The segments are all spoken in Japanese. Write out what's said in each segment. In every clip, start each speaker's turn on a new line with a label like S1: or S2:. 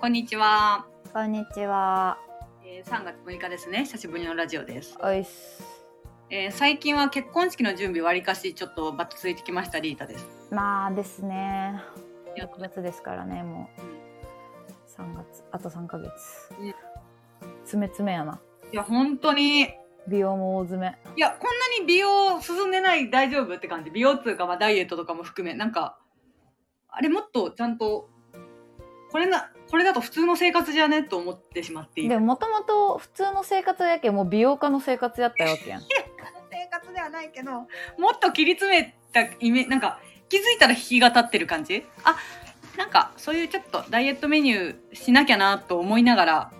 S1: こんにちは。
S2: こんにちは。
S1: えー、3月6日ですね。久しぶりのラジオです。
S2: おいっす。
S1: えー、最近は結婚式の準備わりかしちょっとバッとついてきましたリータです。
S2: まあですね。
S1: いや
S2: 6月ですからね、もう
S1: うん
S2: 3月、あと3ヶ月
S1: ね。
S2: 詰め詰めやな。
S1: いや本当にい
S2: 美容も大詰め。
S1: やこんなに美容進んでない大丈夫って感じ。美容っていうかまあダイエットとかも含めなんかあれもっとちゃんとこれなこれだと普通の生活じゃねと思ってしまっている。
S2: でももともと普通の生活やけんもう美容家の生活やったわけやん。
S1: 生活ではないけどもっと切り詰めたイメなんか気づいたら日が経ってる感じあなんかそういうちょっとダイエットメニューしなきゃなと思いながら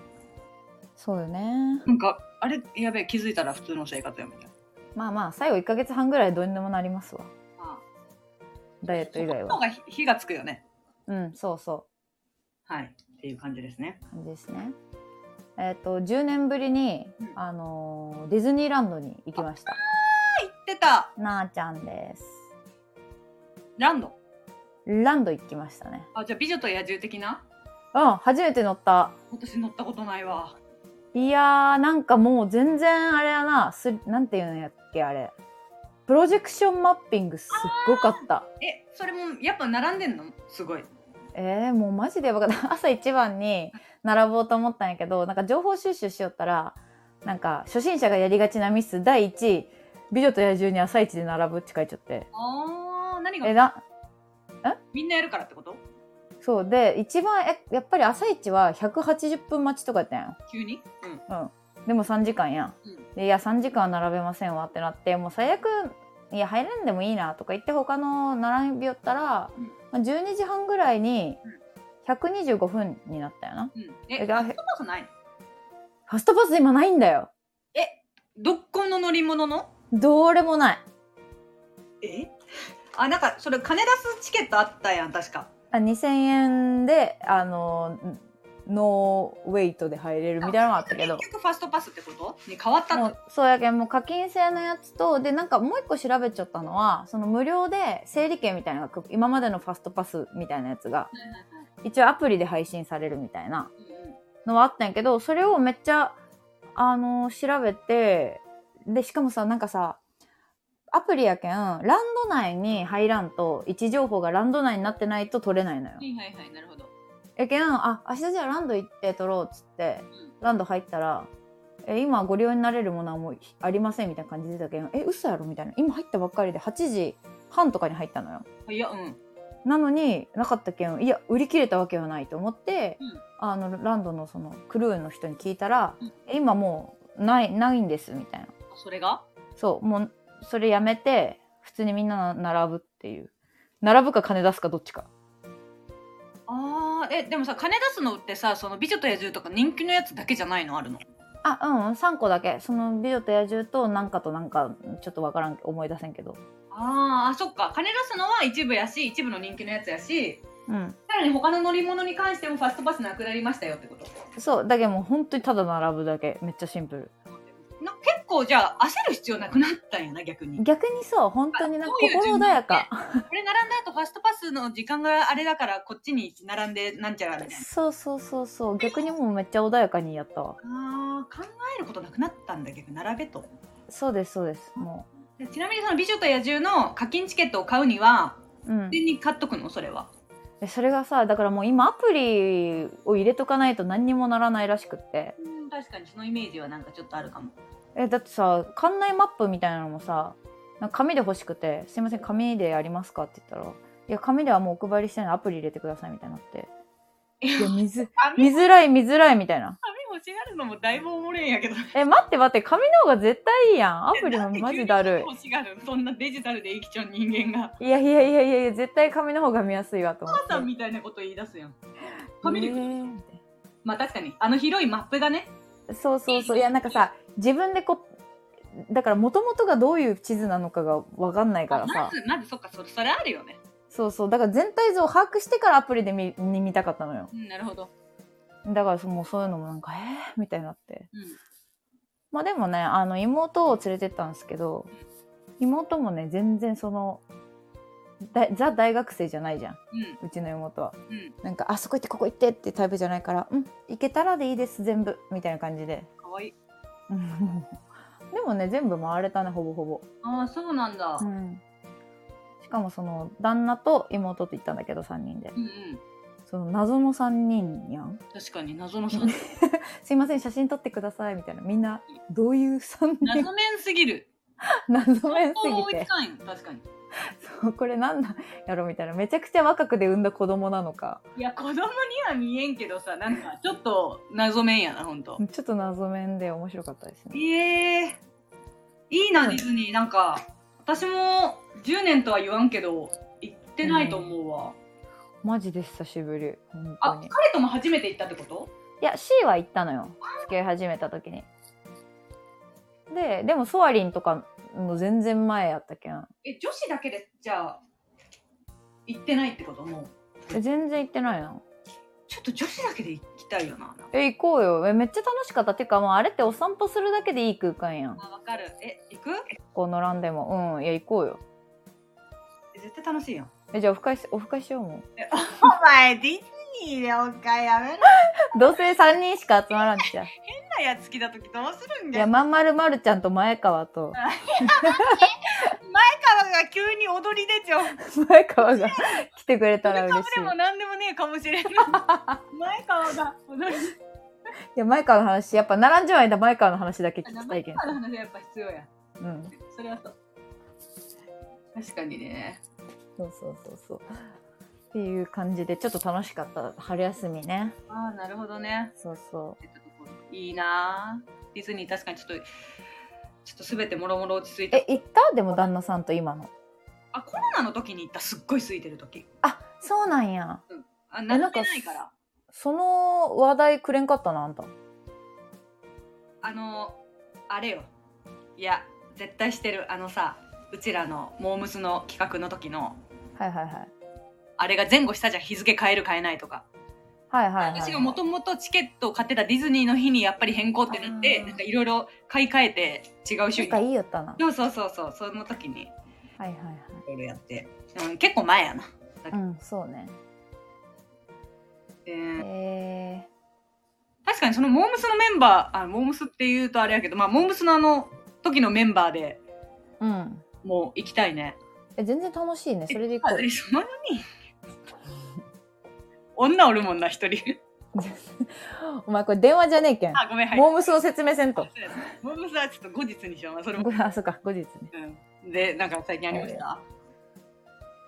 S2: そうよね。
S1: なんかあれやべえ気づいたら普通の生活やみたいな、
S2: まあまあ、最後1ヶ月半ぐらいどうにでもなりますわ。
S1: ま
S2: ダイエッ
S1: あ、
S2: ト以外
S1: その方
S2: は。
S1: が火火がつくよね
S2: うん、そうそ
S1: はいっていう感じですね
S2: う。感じですね。えっ、と、10年ぶりに
S1: う、ん
S2: あのーディズニーランドに行きました。
S1: 言ってた
S2: なあちゃんです。
S1: ランド
S2: ランド行きましたね。
S1: あじゃあ美女と野獣的な
S2: うん、初めて乗った。
S1: 私乗ったことないわ
S2: いやー、なんかもう全然あれやな、す、なんていうのやっけ、あれ。プロジェクションマッピングすっごかった。
S1: えそれもやっぱ並んでんのすごい
S2: えー、もうマジでやばかった。 朝一番に並ぼうと思ったんやけど、なんか情報収集しよったら、なんか初心者がやりがちなミス第1位、美女と野獣に朝一で並ぶって書いちゃって。
S1: あー何
S2: え、
S1: が
S2: な、
S1: みんなやるからってこと
S2: そう。で、一番、え、やっぱり朝一は180分待ちとかやったんよ。
S1: 急にうん
S2: でも3時間やん。
S1: うん
S2: でいや3時間は並べませんわってなってもう最悪いや入らんでもいいなとか言って他の並びよったら、
S1: うん
S2: まあ、12時半ぐらいに125分になったよな
S1: うんえ
S2: え
S1: そん
S2: が
S1: なことない
S2: ファストパス今ないんだよ
S1: どこの乗り物の
S2: どれもない
S1: えあなんかそれ金出すチケットあったやん確か
S2: あ2000円であのノーウェイトで入れるみたいなのがあったけど
S1: 結局ファストパスってことに変わった
S2: も
S1: の
S2: うそうやけんもう課金制のやつとでなんかもう一個調べちゃったのはその無料で整理券みたいなのが今までのファストパスみたいなやつが一応アプリで配信されるみたいなのはあったんやけどそれをめっちゃあの調べてでしかもさなんかさアプリやけんランド内に入らんと位置情報がランド内になってないと取れないのよ。
S1: いはいはいなるほど
S2: やけんあ明日じゃあランド行って取ろうっつってランド入ったら「え今ご利用になれるものはもうありません」みたいな感じでたけど「え嘘やろ?」みたいな今入ったばっかりで8時半とかに入ったのよ
S1: いやうん
S2: なのになかったけんいや売り切れたわけはないと思って、
S1: うん
S2: あのランドのそのクルーの人に聞いたら「
S1: うん
S2: え今もうないないんです」みたいな
S1: それが
S2: そうもうそれやめて普通にみんな並ぶっていう並ぶか金出すかどっちか
S1: あーえでもさ金出すのってさその美女と野獣とか人気のやつだけじゃないのあるの
S2: あうん3個だけその「美女と野獣」となんかとなんかちょっとわからん思い出せんけど
S1: あーあそっか金出すのは一部やし一部の人気のやつやし
S2: うん
S1: さらに他の乗り物に関してもファストパスなくなりましたよってこと
S2: そうだけどもう本当にただ並ぶだけめっちゃシンプル
S1: な結構じゃあ焦る必要なくなったんやな逆に
S2: 逆にそう本当になんか
S1: そういう
S2: 心穏やか
S1: これ並んだ後ファストパスの時間があれだからこっちに並んでなんちゃらみたいな
S2: そうそうそうそう逆にもうめっちゃ穏やかにやったわ
S1: あー考えることなくなったんだ逆に並べと
S2: そうですそうですも
S1: でちなみにその「美女と野獣」の課金チケットを買うには
S2: ううん
S1: 事前に買っとくのそれは
S2: でそれがさだからもう今アプリを入れとかないと何にもならないらしくって
S1: うん確かにそのイメージはなんかちょっとあるかも
S2: えだってさ館内マップみたいなのもさなんか紙で欲しくて「すいません紙でありますか?」って言ったら「いや紙ではもうお配りしてないアプリ入れてください」みたいになって「いや見づ
S1: 紙
S2: 見づらい見づらい」みたいな
S1: 紙欲しがるのもだいぶおもれんやけど
S2: え、待って待って、紙の方が絶対いいやん。ア プリのマジだる
S1: 欲しがるそんなデジタルで生きちゃう人間が
S2: い。いやいやいやいやいや、絶対紙の方が見やすいわと思
S1: お母さ
S2: っ
S1: ん
S2: て。
S1: みたいなこと言い出すやん紙で、
S2: えーみ
S1: まあ確かにあの広いマップがね
S2: たいなそうそうそう。いや、なんかさ、自分でこう、だから元々がどういう地図なのかがわかんないから
S1: ま
S2: さ。
S1: ずまずそっかそれそれあるよね
S2: そうそう。だから全体像を把握してからアプリで見に見たかったのよ。
S1: うんなるほど、
S2: だからそもうそういうのもなんか、えー、みたいになって。
S1: うん、
S2: まあでもね、あの、妹を連れてったんですけど、妹もね、全然その、だザ大学生じゃないじゃん
S1: うん
S2: うちの妹は
S1: うん
S2: なんかあそこ行ってここ行ってってタイプじゃないからうん行けたらでいいです全部みたいな感じで
S1: かわいい
S2: うんでもね全部回れたねほぼほぼ、
S1: ああそうなんだ
S2: うん、しかもその旦那と妹って言ったんだけど3人で
S1: うんうん
S2: その謎の3人やん
S1: 確かに謎の3人
S2: すいません写真撮ってくださいみたいなみんなどういう3人
S1: 謎面すぎる
S2: 謎面す
S1: そう
S2: ぎ
S1: 追い
S2: て
S1: つかんよ確かに
S2: そうこれなんなんやろみたいなめちゃくちゃ若くで産んだ子供なのか
S1: いや子供には見えんけどさなんかちょっと謎面やなほんと
S2: ちょっと謎面で面白かったですね
S1: ええいいな、
S2: うん
S1: ディズニーなんか私も10年とは言わんけど行ってないと思うわ、
S2: マジで久しぶり本当
S1: あ
S2: に
S1: 彼とも初めて行ったってこと
S2: いや C は行ったのよ付き合い始めた時にででもソアリンとかの全然前やったけん
S1: え女子だけでじゃあ行ってないってこともう
S2: え全然行ってないの
S1: ちょっと女子だけで行きたいよな
S2: え行こうよえめっちゃ楽しかったっていうかもうあれってお散歩するだけでいい空間やん
S1: あわかるえ行く
S2: こう並んでもうんいや行こうよ
S1: え絶対楽しいやん
S2: えじゃあオフ会しオフ会しようも
S1: お前ディズニーでおかやめろ
S2: んどうせ3人しか集まらんじ ゃんい
S1: 変なやつ来た時どうするんだ
S2: や
S1: よ
S2: まんまるまるちゃんと前川と
S1: 前川が急に踊り出ちゃう
S2: 前川が 来てくれたら嬉し
S1: で
S2: い
S1: も何でもねえかもしれ ない前川が踊り
S2: いや前川の話やっぱ並んじまいだ前川の話だけ聞きたいけん
S1: 前、川の話はやっぱ必要や
S2: うん、
S1: それはそう確かにね
S2: そうそうそうそうっていう感じでちょっと楽しかった春休みね
S1: ああなるほどね
S2: そうそ
S1: いいなあディズニー確かにちょっとちょっとすべてもろもろ落ち着いう
S2: え
S1: て
S2: 行ったでも旦那さんと今の
S1: あコロナの時に行ったすっごい空いてる時
S2: あそうなんや
S1: あ並んでないから
S2: その話題くれんかったなあんた
S1: あのあれよいや絶対してるあのさうちらのモームスの企画の時の
S2: はいはいはい
S1: あれが前後したじゃん日付変える変えないとか
S2: はいはいはい
S1: 私がもともとチケットを買ってたディズニーの日にやっぱり変更ってなって
S2: あー
S1: なんかいろいろ買い替えて違う
S2: な
S1: 週
S2: ん
S1: に
S2: かいいよったな
S1: そうそうそうそうその時にい
S2: はいはいはい
S1: ろいろやって、うん、結構前やな、
S2: うんそうね
S1: え
S2: え
S1: ー
S2: ー、
S1: 確かにそのモームスのメンバーあモームスっていうとあれやけどまあモームスのあの時のメンバーで
S2: うん
S1: もう行きたいね
S2: え全然楽しいねそれで行
S1: あ
S2: こ
S1: えその4人女おるもんな一人
S2: うお前これ電話じゃねえけん
S1: あごめんはい
S2: モームスを説明せんと
S1: あそうやなモームスはちょっと後日にしようなそれも、
S2: ごめんあそうか後日ね
S1: うん、でなんか最近ありました、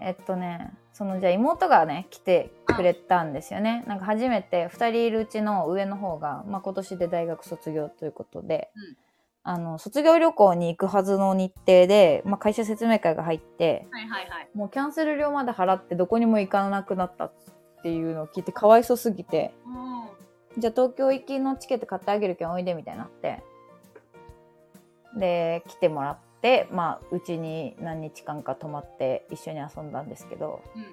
S2: えっとねそのじゃあ妹がね来てくれたんですよねなんか初めて2人いるうちの上の方が、まあ、今年で大学卒業ということで、
S1: うん
S2: あの卒業旅行に行くはずの日程で、まあ、会社説明会が入って
S1: はいはいはい
S2: もうキャンセル料まで払ってどこにも行かなくなったっていうのを聞いてかわいそうすぎて
S1: うん
S2: じゃあ東京行きのチケット買ってあげるけんおいでみたいになってで来てもらってまあうちに何日間か泊まって一緒に遊んだんですけど。
S1: うん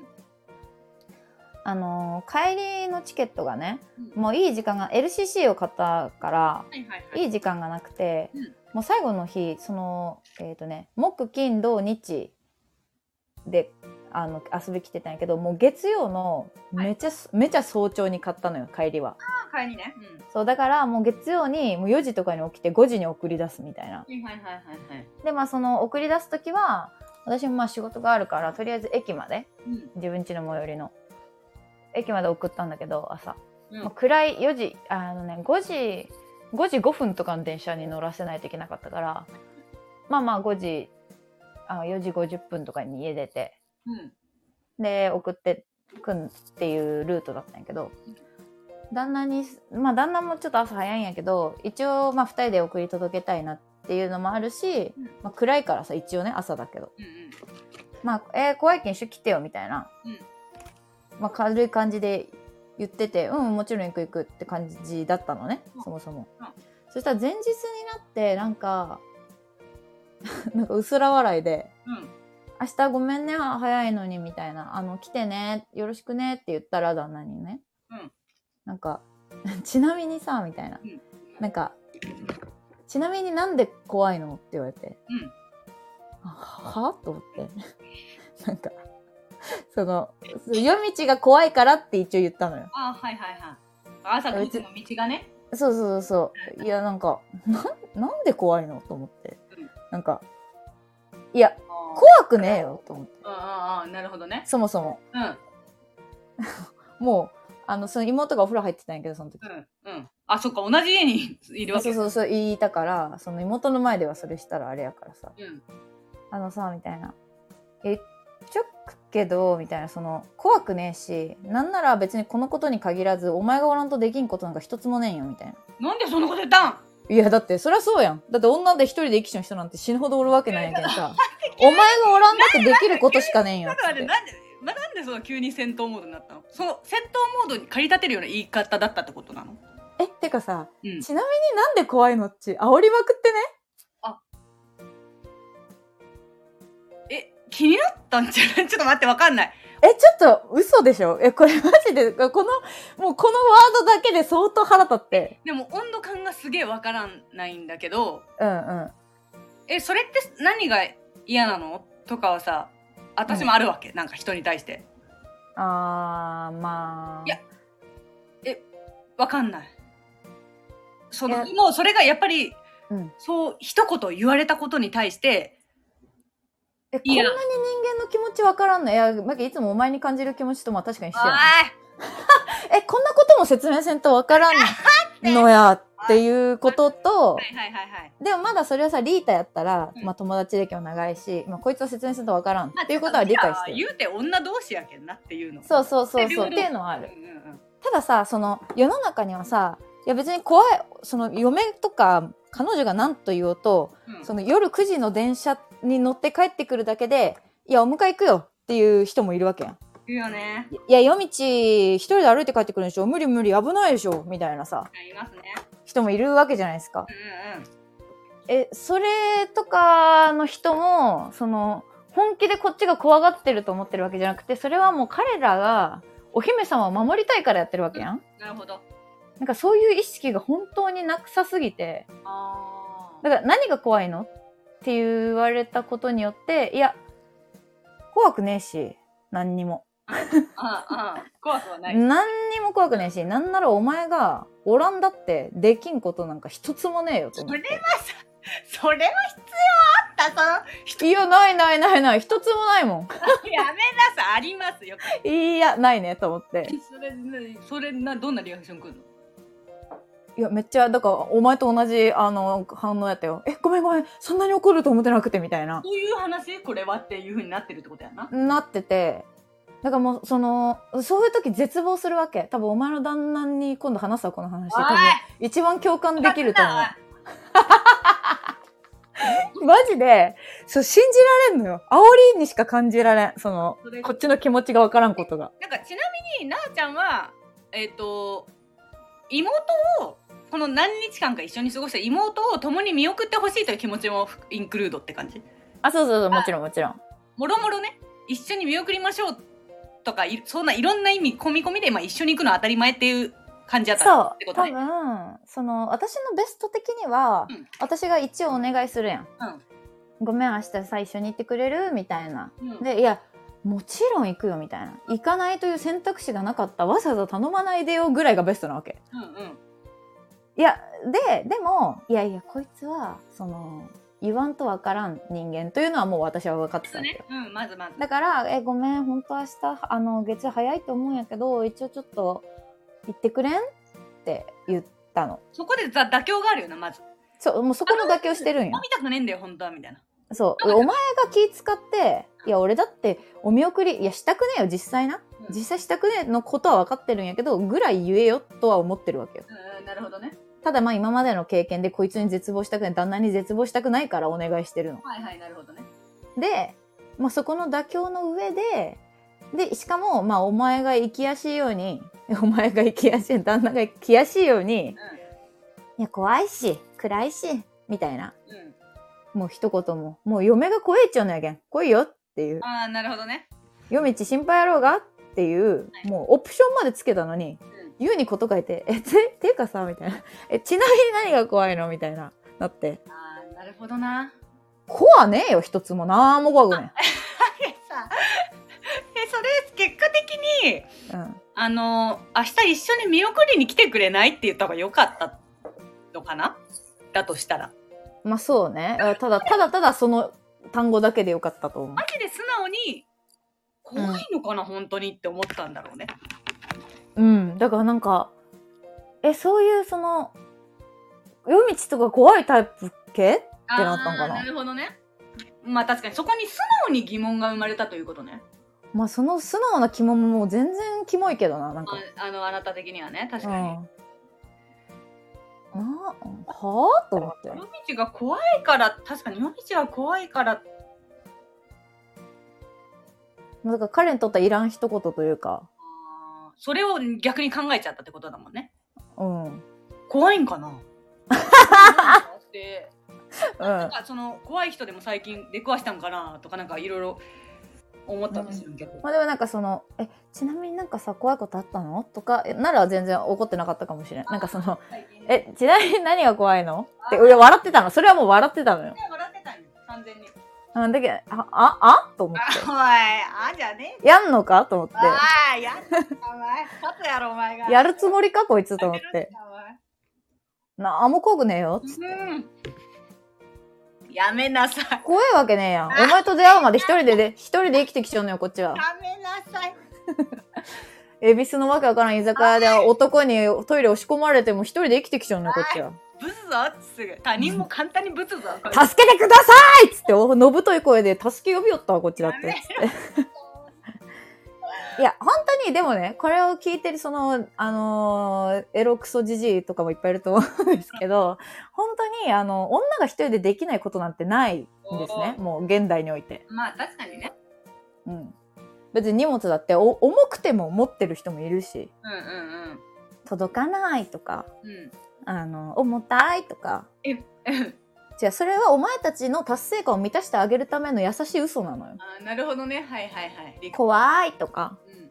S2: あのー帰りのチケットがね
S1: うん
S2: もういい時間が LCC を買ったから
S1: はいはいはい
S2: いい時間がなくて、
S1: うん
S2: もう最後の日そのえっ、とね木金土日であの遊び来てたんやけどもう月曜のめちゃ、めちゃ早朝に買ったのよ帰りは
S1: 帰りね。
S2: そうだからもう月曜にもう4時とかに起きて5時に送り出すみたいな
S1: うん。はいはいはいはい。
S2: でまあその送り出す時は私もまあ仕事があるからとりあえず駅まで
S1: うん。
S2: 自分家の最寄りの駅まで送ったんだけど朝、
S1: うん
S2: まあ暗い4時あのね5時5時5分とかの電車に乗らせないといけなかったからまあまあ5時あ4時50分とかに家出て
S1: うん。
S2: で送ってくんっていうルートだったんやけど旦那にまあ旦那もちょっと朝早いんやけど一応まあ2人で送り届けたいなっていうのもあるし
S1: うん、
S2: まあ、暗いからさ一応ね朝だけど
S1: うんうん。
S2: まあ、えー怖いけん一緒来てよみたいな、
S1: うん
S2: まあ、軽い感じで言っててうんもちろん行く行くって感じだったのね、
S1: うん
S2: そもそも、
S1: うん
S2: そしたら前日になってなんか なんか薄ら笑いで
S1: うん。
S2: 「明日ごめんねあ早いのに」みたいな「あの来てねよろしくね」って言ったら旦那にね、
S1: うん
S2: なんか 「ちなみにさ」みたいな、
S1: うん
S2: なんか「ちなみになんで怖いの?」って言われて
S1: うん。
S2: ははと思って なんかその、夜道が怖いからって一応言ったのよ。
S1: あはいはいはい。朝5時の道がね。
S2: そうそうそう。いや、なんか、なん、なんで怖いのと思って
S1: うん。
S2: なんか、いや、
S1: こ
S2: 怖くねえよと思って。
S1: うんうんうん、なるほどね。
S2: そもそも。
S1: うんうん
S2: もう、あの、その妹がお風呂入ってたんやけど、その時。
S1: うん。あ、そっか、同じ家にいるわ
S2: そ
S1: け。
S2: うそうそう言いたから、その妹の前ではそれしたらあれやからさ。
S1: うん。
S2: あのさ、みたいな。言っちゃくけど、みたいな、その、怖くねえし、なんなら別にこのことに限らず、お前がおらんとできんことなんか一つもねえんよ、みたいな。
S1: なんでそんなこと言ったん
S2: いや、だって、そりゃそうやん。だって女で一人で生きちゃう人なんて死ぬほどおるわけないやけ んさ。お前がおらんだってできることしかねえんよ。
S1: だ
S2: っ
S1: から
S2: つ
S1: ね、
S2: って
S1: なんで、まあ、なんでその急に戦闘モードになったのその戦闘モードに駆り立てるような言い方だったってことなの
S2: え、てかさ、
S1: うん
S2: ちなみになんで怖いのっち、煽りまくってね。
S1: え、気になったんじ ゃないちょっと待って、わかんない。
S2: え、ちょっと嘘でしょえ、これマジで、この、もうこのワードだけで相当腹立って。
S1: でも温度感がすげえわからんないんだけど、
S2: うんうん。
S1: え、それって何が嫌なのとかはさ、私もあるわけ、なんか人に対して。
S2: あー、まあ。
S1: いやわかんない。その
S2: い
S1: もうそれがやっぱり、
S2: うん
S1: そう一言言われたことに対して
S2: え、こん
S1: いや
S2: なに人間の気持ちわからんのいや、マキいつもお前に感じる気持ちとまあ確かに
S1: 「
S2: 一緒やな
S1: あ
S2: え、こんなことも説明せんとわからん のやっていうことと
S1: ー、いはいはいはい
S2: でもまだそれはさ、リータやったら
S1: う、ん
S2: まあ友達歴も長いし、まあこいつを説明するとわからんっ
S1: まあ」
S2: ていうことは理解して
S1: 言
S2: る。
S1: うて女同士やけんなっていうの
S2: そうそうそうそう。
S1: っ
S2: ってて
S1: いうの
S2: いうのはあ
S1: うん
S2: る。
S1: うんうん
S2: たださその世の中にはさいや別に怖いその嫁とか彼女が何と言おうと
S1: うん
S2: その夜9時の電車に乗って帰ってくるだけで「いやお迎え行くよ」っていう人もいるわけやん。
S1: 言うよね
S2: いや夜道一人で歩いて帰ってくるんでしょ無理無理危ないでしょみたいなさ
S1: 言いますね
S2: 人もいるわけじゃないですか。
S1: うんうん
S2: えそれとかの人もその本気でこっちが怖がってると思ってるわけじゃなくてそれはもう彼らがお姫様を守りたいからやってるわけやん。
S1: なるほど
S2: なんかそういう意識が本当になくさすぎて、
S1: あ
S2: だから何が怖いのって言われたことによって、いや、怖くねえし、何にも。
S1: ーあーあー怖くはない
S2: 何にも怖くねえし、なんならお前がオランダってできんことなんか一つもねえよと
S1: そ
S2: 思っ
S1: れ
S2: て。
S1: はさそれは必要あった
S2: いや、ないないないない、一つもないも
S1: そのやめなさいありますよ
S2: ん。いや、ないね、と思って。
S1: それそれなどんなリアクションくるの
S2: いや、めっちゃ、だから、お前と同じ、あの、反応やったよ。え、ごめんごめん、そんなに怒ると思ってなくて、みたいな。
S1: そういう話これはっていうふうになってるってことやな
S2: なっててだからもうそのそういう時絶望するわけ多分お前の旦那に今度話すわこの話多分一番共感できると思う マジでそう信じられんのよ煽りにしか感じられんその
S1: それ
S2: こっちの気持ちがわからんことが
S1: なんかちなみになあちゃんはえっ、と妹をこの何日間か一緒に過ごした妹を共に見送ってほしいという気持ちもインクルードって感じ
S2: あそうそうそうもちろんもちろん
S1: もろもろね一緒に見送りましょうとかいそんないろんな意味込み込みで、まあ、一緒に行くのは当たり前っていう感じだった
S2: そ
S1: って
S2: う
S1: こと
S2: 多
S1: ね
S2: 分その私のベスト的には、
S1: うん
S2: 私が一応お願いするやん、ごめん明日最初に行ってくれるみたいな
S1: うん
S2: でいやもちろん行くよみたいな行かないという選択肢がなかったわざわざ頼まないでよぐらいがベストなわけ
S1: うんうん
S2: いやででもいやいやこいつはその言わんとわからん人間というのはもう私は分かってた
S1: そうん
S2: です
S1: ね
S2: よ
S1: うんまずまず
S2: だから「えごめん本当明日あの月曜早いと思うんやけど一応ちょっと行ってくれん?」って言ったの
S1: そこでざ妥協があるよなまず
S2: そうもうそこの妥協してるんよ
S1: 飲みたくねえんだよ本当はみたいな
S2: そう
S1: なんか
S2: お前が気使って「いや俺だってお見送りいやしたくねえよ実際な
S1: うん
S2: 実際したくねえのことは分かってるんやけどぐらい言えよ」とは思ってるわけよ
S1: うんうんなるほどね
S2: ただまあ今までの経験でこいつに絶望したくない旦那に絶望したくないからお願いしてるの
S1: はいはいなるほどね
S2: で、まあ、そこの妥協の上で、で、しかも、まあ、お前が生きやすいように、 お前が生きやすい、旦那が生きやすいように、いや、怖いし、暗いし、みたいな。
S1: うんうん
S2: もう一言も、もう嫁が怖えっちゃうのやけん。来いよっていう。
S1: ああなるほどね
S2: 夜道心配やろうがっていう、もうオプションまでつけたのに、言うにこと書いて、え、て、ていうかさ、みたいな。え、ちなみに何が怖いのみたいな。なって。
S1: ああなるほどな。
S2: 怖ねえよ、一つも。なんも怖くない。
S1: えさ、えそれあの、明日一緒に見送りに来てくれないって言った方が良かったのかなだとしたら。
S2: まあそうね。あただ、ただただその単語だけでよかったと思う
S1: マ。ジで素直に、怖いのかな、本当にって思ったんだろうね。
S2: うん。だからなんか、え、そういうその、夜道とか怖いタイプ系
S1: あ
S2: ってなったんかな
S1: ーなるほどね。まあ確かにそこに素直に疑問が生まれたということね。
S2: まあその素直なキモももう全然キモいけどな、なんか。
S1: ああの、あなた的にはね、確
S2: うん。
S1: かに。
S2: なはぁと思って。
S1: 夜道が怖いから、確かに夜道が怖いから、
S2: まあだから彼にとってはいらん一言というか、
S1: あーそれを逆に考えちゃったってことだもんね。
S2: うん。うん。
S1: 怖いんかなってなんかその怖い人でも最近出くわしたんかなとかなんかいろいろ思ったんですよ、逆に
S2: まあでもなんかその、え、ちなみになんかさ、怖いことあったのとか、えなら全然怒ってなかったかもしれない。なんかその、え、ちなみに何が怖いのって、いや、笑ってたの。それはもう笑ってたのよ。
S1: 笑ってたんよ完全に
S2: うん、だけど、あ、あ、あと思っ
S1: あ
S2: て。
S1: おいあじゃねえ
S2: やんのかと思って。
S1: ああやっお前勝つやろお前が
S2: やるつもりかこいつと
S1: や
S2: 思っ
S1: めろ
S2: て。
S1: お
S2: なあもこぐねえよ。
S1: 前うんやめなさい
S2: 怖いわけねえやん。お前と出会うまで一人でで、一人で生きてきちゃうのよ、こっち
S1: や
S2: は。
S1: めなさい
S2: 恵比寿のわけわからん居酒屋で男にトイレ押し込まれても一人で生きてきちゃうのよ、こっちは。
S1: ブスぞすぐ他人も簡単にブスぞこれ
S2: 助けてくださいっつって、おのぶとい声で助け呼びよったわ、こっちだって。いや、本当に、でもね、これを聞いてる、その、あのーエロクソじじいとかもいっぱいいると思うんですけど、本当に、あの、女が一人でできないことなんてないんですね。もう、現代において。
S1: まあ確かにね
S2: うん。別に荷物だってお、重くても持ってる人もいるし、
S1: うんうん
S2: 届かないとか、
S1: うんうん
S2: あの、重たいとか。
S1: ええ
S2: じゃあ、それはお前たちの達成感を満たしてあげるための優しい嘘なのよ。
S1: あーなるほどねはいはいはい理解
S2: 怖いとか、
S1: うんうん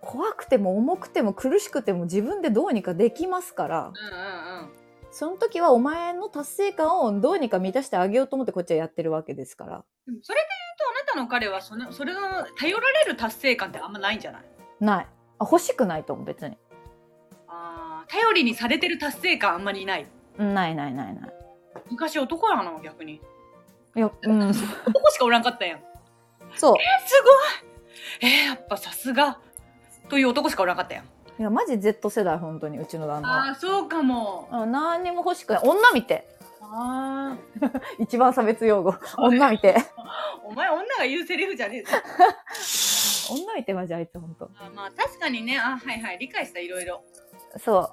S2: 怖くても重くても苦しくても自分でどうにかできますから、
S1: うんうん
S2: その時はお前の達成感をどうにか満たしてあげようと思ってこっちはやってるわけですから。
S1: でもそれで言うとあなたの彼はそのそれの頼られる達成感ってあんまないんじゃない
S2: ない。あ欲しくないと思う、別に。
S1: あー頼りにされてる達成感あんまりない
S2: うんないないないない。
S1: 昔男やな逆 に
S2: いや、 うん。
S1: 男しかおらんかったやんえ
S2: そう。
S1: すごいえー、やっぱさすがという男しかおらんかったやん
S2: いや、マジ Z 世代、本当に、うちの旦那は。
S1: あーそうかも
S2: あ何にも欲しくない。女見て。
S1: あ
S2: 一番差別用語。 女見て。
S1: ーお前女が言うセリフじゃねえぞ
S2: 女見て、マジあいつ、本当。
S1: あーまあ確かにねあはいはい理解したいろいろ
S2: そう。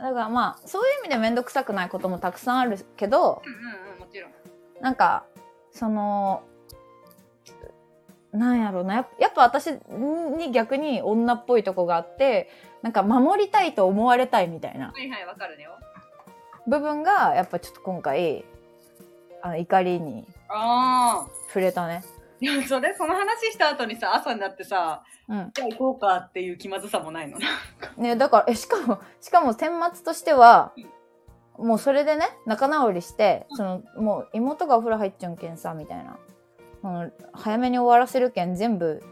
S2: だからまあ、そういう意味でめんどくさくないこともたくさんあるけど、
S1: うんうんうんもちろん
S2: なんかそのなんやろうなやっぱやっぱ私に逆に女っぽいとこがあってなんか守りたいと思われたいみたいな
S1: はいはいわかるねよ
S2: 部分がやっぱちょっと今回あの怒りに
S1: ああ
S2: 触れたね。
S1: いやそれその話した後にさ朝になってさ
S2: うん
S1: じゃあ行こうかっていう気まずさもないの
S2: ね、だからえしかもしかも顛末としてはもうそれでね仲直りしてそのもう妹がお風呂入っちゃうんけんさみたいなその早めに終わらせるけん全部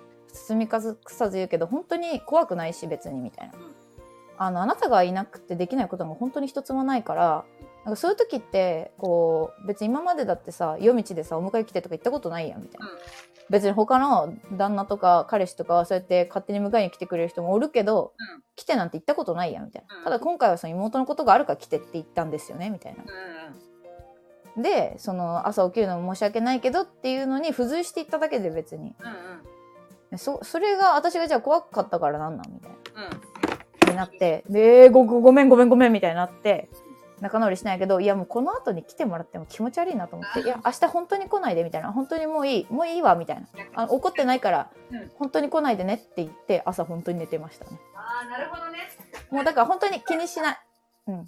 S2: 包み隠さず言うけど本当に怖くないし別にみたいなあのあなたがいなくてできないことも本当に一つもないからなんかそういう時ってこう別に今までだってさ夜道でさお迎え来てとか行ったことないやんみたいな、
S1: うん
S2: 別に他の旦那とか彼氏とかはそうやって勝手に迎えに来てくれる人もおるけど、
S1: うん
S2: 来てなんて行ったことないやみたいな、
S1: うん
S2: ただ今回はその妹のことがあるから来てって言ったんですよねみたいな
S1: う
S2: でその朝起きるのも申し訳ないけどっていうのに付随していっただけで別に
S1: んうんうん
S2: そそれが私がじゃあ怖かったからなんなんみたいな
S1: うん
S2: になって、で、えーご、ごごめんごめんごめんみたいになって、仲直りしないけど、いやもうこの後に来てもらっても気持ち悪いなと思って、いや、明日本当に来ないでみたいな、本当にもういい、もういいわみたいな。あ怒ってないから
S1: うん、
S2: 本当に来ないでねって言って、朝本当に寝てましたね。
S1: ああなるほどね
S2: もうだから本当に気にしない。
S1: それは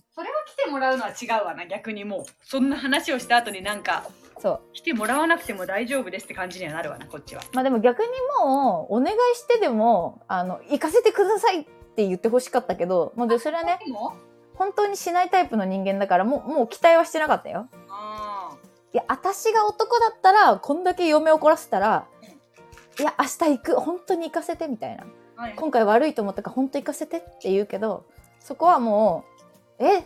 S1: 来てもらうのは違うわな逆にもうそんな話をした後になんか
S2: そう。
S1: 来てもらわなくても大丈夫ですって感じにはなるわなこっちは
S2: まあでも逆にもう、お願いしてでも、あの、行かせてくださいって言ってほしかったけど、もうでそれはね、
S1: でも
S2: 本当にしないタイプの人間だから、もう、もう期待はしてなかったよ。
S1: あ
S2: いや、私が男だったら、こんだけ嫁怒らせたら、いや、明日行く、本当に行かせて、みたいな。
S1: あはい
S2: 今回悪いと思ったから本当行かせてって言うけどそこはもう「え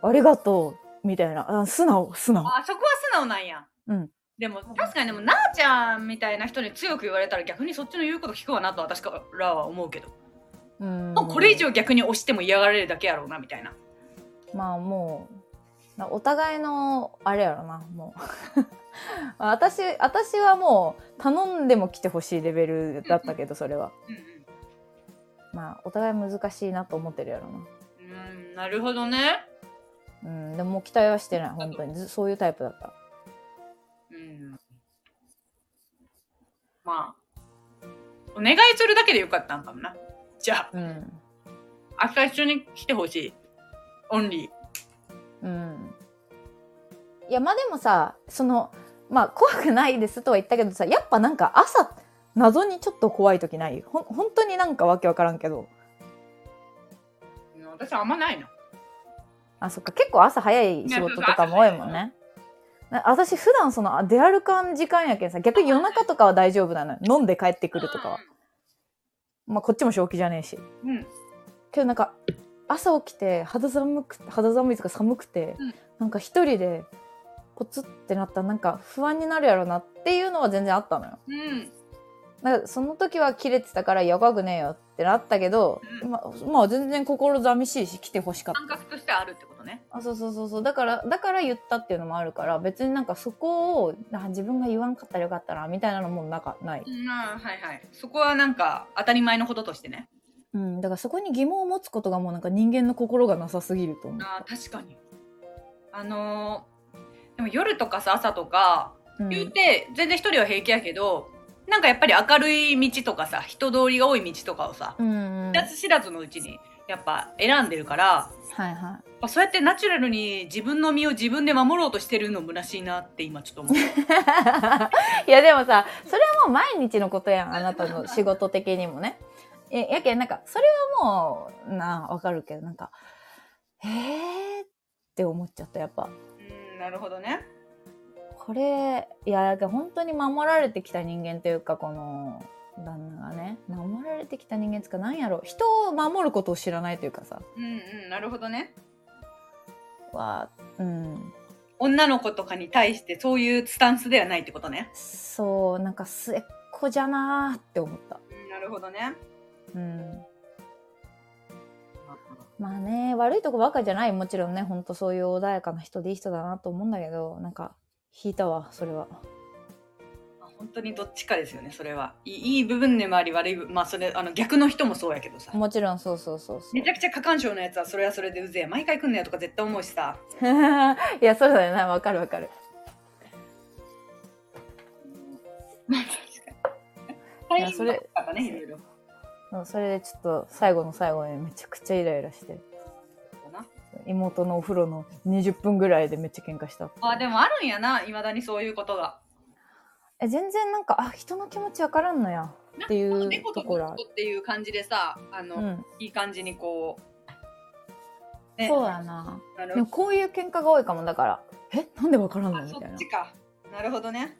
S2: ありがとう」みたいなあ素直素直
S1: あそこは素直なんや。
S2: うん。
S1: でも確かにでもなあちゃんみたいな人に強く言われたら逆にそっちの言うこと聞くわなと私からは思うけど、
S2: うん
S1: もうこれ以上逆に押しても嫌がられるだけやろうなみたいな
S2: まあもうなお互いのあれやろなもう 私私はもう頼んでも来てほしいレベルだったけどそれは
S1: うん
S2: まあお互い難しいなと思ってるやろな
S1: うんうんなるほどね
S2: うん、でももう期待はしてない本当にずそういうタイプだった
S1: うんまあお願いするだけでよかったんかもなじゃ
S2: うん
S1: あ明日一緒に来てほしいオンリー
S2: うんいやまあでもさそのまあ怖くないですとは言ったけどさやっぱなんか朝謎にちょっと怖い時ないほん本当になんかわけわからんけど
S1: うん私あんまないの
S2: あそっか結構朝早い仕事とかも多いもんねな私普段そのあ出歩かん時間やけんさ逆に夜中とかは大丈夫なのよ飲んで帰ってくるとかは、まあ、こっちも正気じゃねえし
S1: うん
S2: けどなんか朝起きて肌寒く肌寒いとか寒くて、
S1: うん
S2: なんか一人でポツってなったらなんか不安になるやろなっていうのは全然あったのよ
S1: うん
S2: なんかその時は切れてたからやばくねえよってなったけど、
S1: うん
S2: ままあ全然心寂しいし来てほしかった
S1: 感覚としてあるってことね
S2: あそうそうそうそうだからだから言ったっていうのもあるから別になんかそこをあ自分が言わんかったらよかったなみたいなのもなんかない、
S1: うんはいはいそこはなんか当たり前のこととしてね
S2: うん、だからそこに疑問を持つことがもうなんか人間の心がなさすぎると思う、
S1: あー確かにあのーでも夜とかさ朝とか
S2: うん
S1: 言うて全然一人は平気やけど、なんかやっぱり明るい道とかさ人通りが多い道とかをさ
S2: うんうん、
S1: 知らず知らずのうちにやっぱ選んでるから
S2: はいはい
S1: やっぱそうやってナチュラルに自分の身を自分で守ろうとしてるの虚しいなって今ちょっと思った
S2: い やでもさそれはもう毎日のことやんあなたの仕事的にもね。ややけんなんかそれはもうなあわかるけどなんかえーって思っちゃったやっぱ
S1: うんなるほどね
S2: これいややけん本当に守られてきた人間というかこの旦那がね守られてきた人間つかなんやろ人を守ることを知らないというかさ
S1: うんうんなるほどね
S2: はうん
S1: 女の子とかに対してそういうスタンスではないってことね
S2: そうなんか末っ子じゃなーって思った。
S1: うんなるほどね
S2: うんまあね悪いとこばっかじゃないもちろんねほんとそういう穏やかな人でいい人だなと思うんだけどなんか引いたわそれは
S1: まあ本当にどっちかですよねそれはいいいい部分でもあり悪い部まあそれあの逆の人もそうやけどさ
S2: もちろんそうそうそうそう
S1: めちゃくちゃ過干渉のやつはそれはそれでうぜえ毎回来んなよとか絶対思うしさ
S2: いやそうだよなわかるわかるいやそれ
S1: 大変だったねいろいろ
S2: うんそれでちょっと最後の最後にめちゃくちゃイライラして
S1: だな
S2: 妹のお風呂の20分ぐらいでめっちゃ喧嘩した
S1: あでもあるんやないまだにそういうことが
S2: え全然なんかあ人の気持ちわからんのやっていう
S1: 猫と
S2: ところあ
S1: 猫
S2: る
S1: っていう感じでさあの、
S2: うん
S1: いい感じにこう、ね
S2: そうだな
S1: なる
S2: でもこういう喧嘩が多いかもだからえなんでわからんの
S1: あ
S2: み
S1: そ
S2: たいな
S1: っちかなるほどね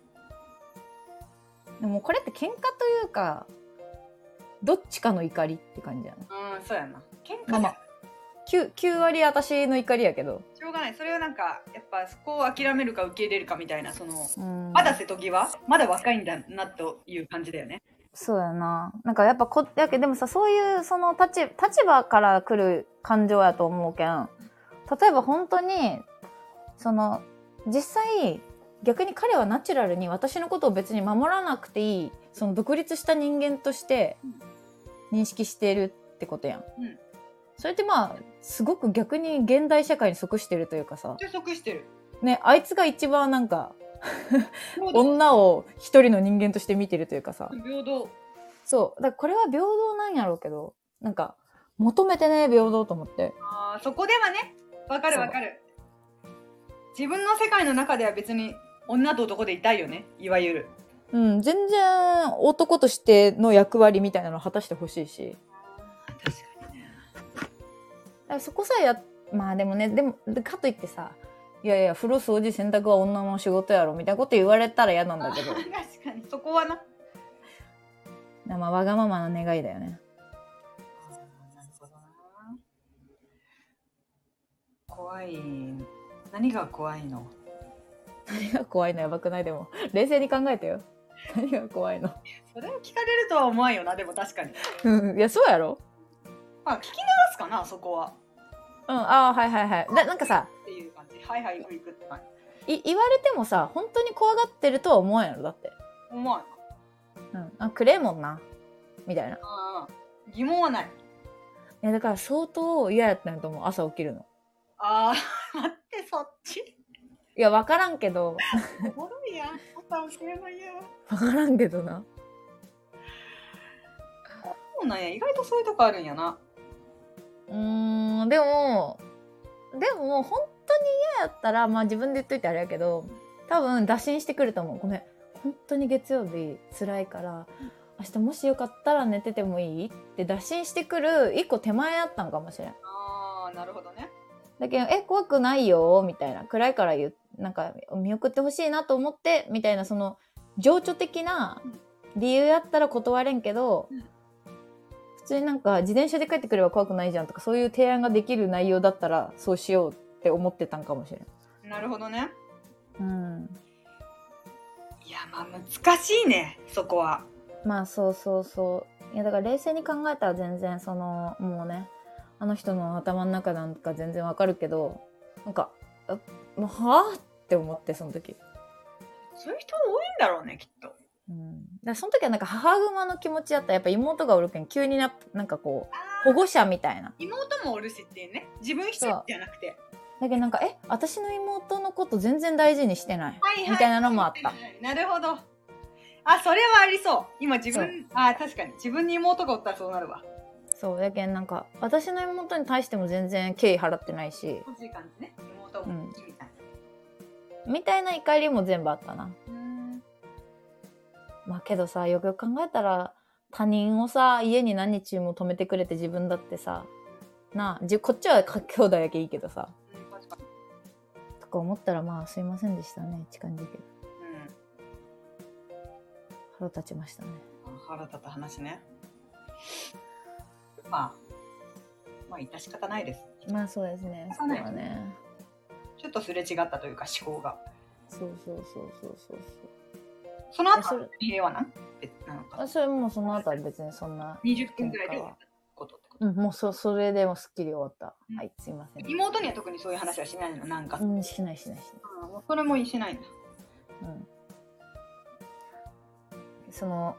S2: でもこれって喧嘩というかどっちかの怒りって感じやな
S1: うんそうやな喧嘩
S2: ま あまあ 9, 9割私の怒りやけど
S1: しょうがないそれはなんかやっぱそこを諦めるか受け入れるかみたいなその
S2: うん
S1: まだ瀬戸際まだ若いんだなという感じだよね。
S2: そうやななんかやっぱこやけでもさそういうその立ち立場から来る感情やと思うけん例えば本当にその実際逆に彼はナチュラルに私のことを別に守らなくていいその独立した人間として認識しているってことやん。
S1: うん
S2: それってまあすごく逆に現代社会に即してるというかさ、
S1: 充足してる。
S2: ね、あいつが一番なんか女を一人の人間として見てるというかさ
S1: 平等。
S2: そうだからこれは平等なんやろうけどなんか求めてね平等と思って
S1: あーそこではね、わかるわかる。自分の世界の中では別に女と男でいたいよね、いわゆる。
S2: うん全然男としての役割みたいなのを果たしてほしいし
S1: 確かにね。
S2: だからそこさえやまあでもねでもでかといってさいやいや風呂掃除洗濯は女の仕事やろみたいなこと言われたら 嫌なんだけど
S1: 確かにそこはな。
S2: まあわがままの願いだよね
S3: 何が怖いの
S2: 何が怖いのやばくないでも冷静に考えてよ何が怖いの
S1: それを聞かれるとは思わんよなでも確かに
S2: うんいやそうやろ
S1: まあ聞き流すかなそこは
S2: うんああはいはいはいななんかさ
S1: っていう感じはいはい行く行くって感じ
S2: い言われてもさ本当に怖がってるとは思わんやろだって、
S1: 思わん
S2: うん、あくれえもんなみたいない
S1: うん疑問はない
S2: やだから相当嫌やったんやと思う朝起きるの
S1: あー待ってそっち
S2: いや分からんけど
S1: おもろいやん朝教えないや
S2: 分からんけどな
S1: そうなんや意外とそういうとこあるんやな
S2: うーんでもでも本当に嫌やったらまあ自分で言っといてあれやけど多分打診してくると思うごめん本当に月曜日辛いから明日もしよかったら寝ててもいいって打診してくる一個手前やったんかもしれん
S1: あーなるほどね
S2: だけどえ怖くないよみたいな暗いから言うなんか見送ってほしいなと思ってみたいなその情緒的な理由やったら断れんけど、
S1: うん
S2: 普通になんか自転車で帰ってくれば怖くないじゃんとかそういう提案ができる内容だったらそうしようって思ってたんかもしれん。
S1: なるほどね
S2: うん、
S1: いやまあ難しいねそこは
S2: まあそうそうそういやだから冷静に考えたら全然そのもうねあの人の頭の中なんか全然わかるけどなんか「あもうはあ?」って思ってその時。
S1: そういう人多いんだろうねきっと
S2: うん、だからその時はなんか母熊の気持ちやったらやっぱ妹がおるけん急にななんかこう保護者みたいな
S1: 妹もおるしっていうね自分一
S2: そう
S1: 人じゃなくて
S2: だけどなんかえ私の妹のこと全然大事にしてない、
S1: はいはい
S2: みたいなのもあった
S1: なるほどあそれはありそう今自分あ確かに自分に妹がおったらそうなるわ
S2: そうだけどなんか私の妹に対しても全然敬意払ってないし
S1: 欲しい感じね妹もみたい
S2: みたいな怒りも全部あったな
S1: な、うん
S2: まあけどさよくよく考えたら他人をさ家に何日も泊めてくれて自分だってさなあじこっちはか兄弟やけいいけどさ
S1: うん確かに
S2: とか思ったらまあすいませんでしたねって感じけど腹立ちましたね
S1: うん腹立った話ねまあまあ致し方ないです
S2: まあそうですね。そ
S1: そうう
S2: だ
S1: だ
S2: ね。
S1: ちょっとすれ違ったというか思考が
S2: そうそうそうそうそうそう。
S1: その
S2: えそ
S1: 後
S2: れ
S1: は平和な別なのか
S2: あそれもうその後は別にそんな。
S1: 20分ぐらいで終わったことってこと
S2: うん、もうそそれでもうすっきり終わった。
S1: うん
S2: はい、すいません。
S1: 妹には特にそういう話はしないのなんか、
S2: うん、しないしないし
S1: あもうそれもしないんだ
S2: ない。うん。その、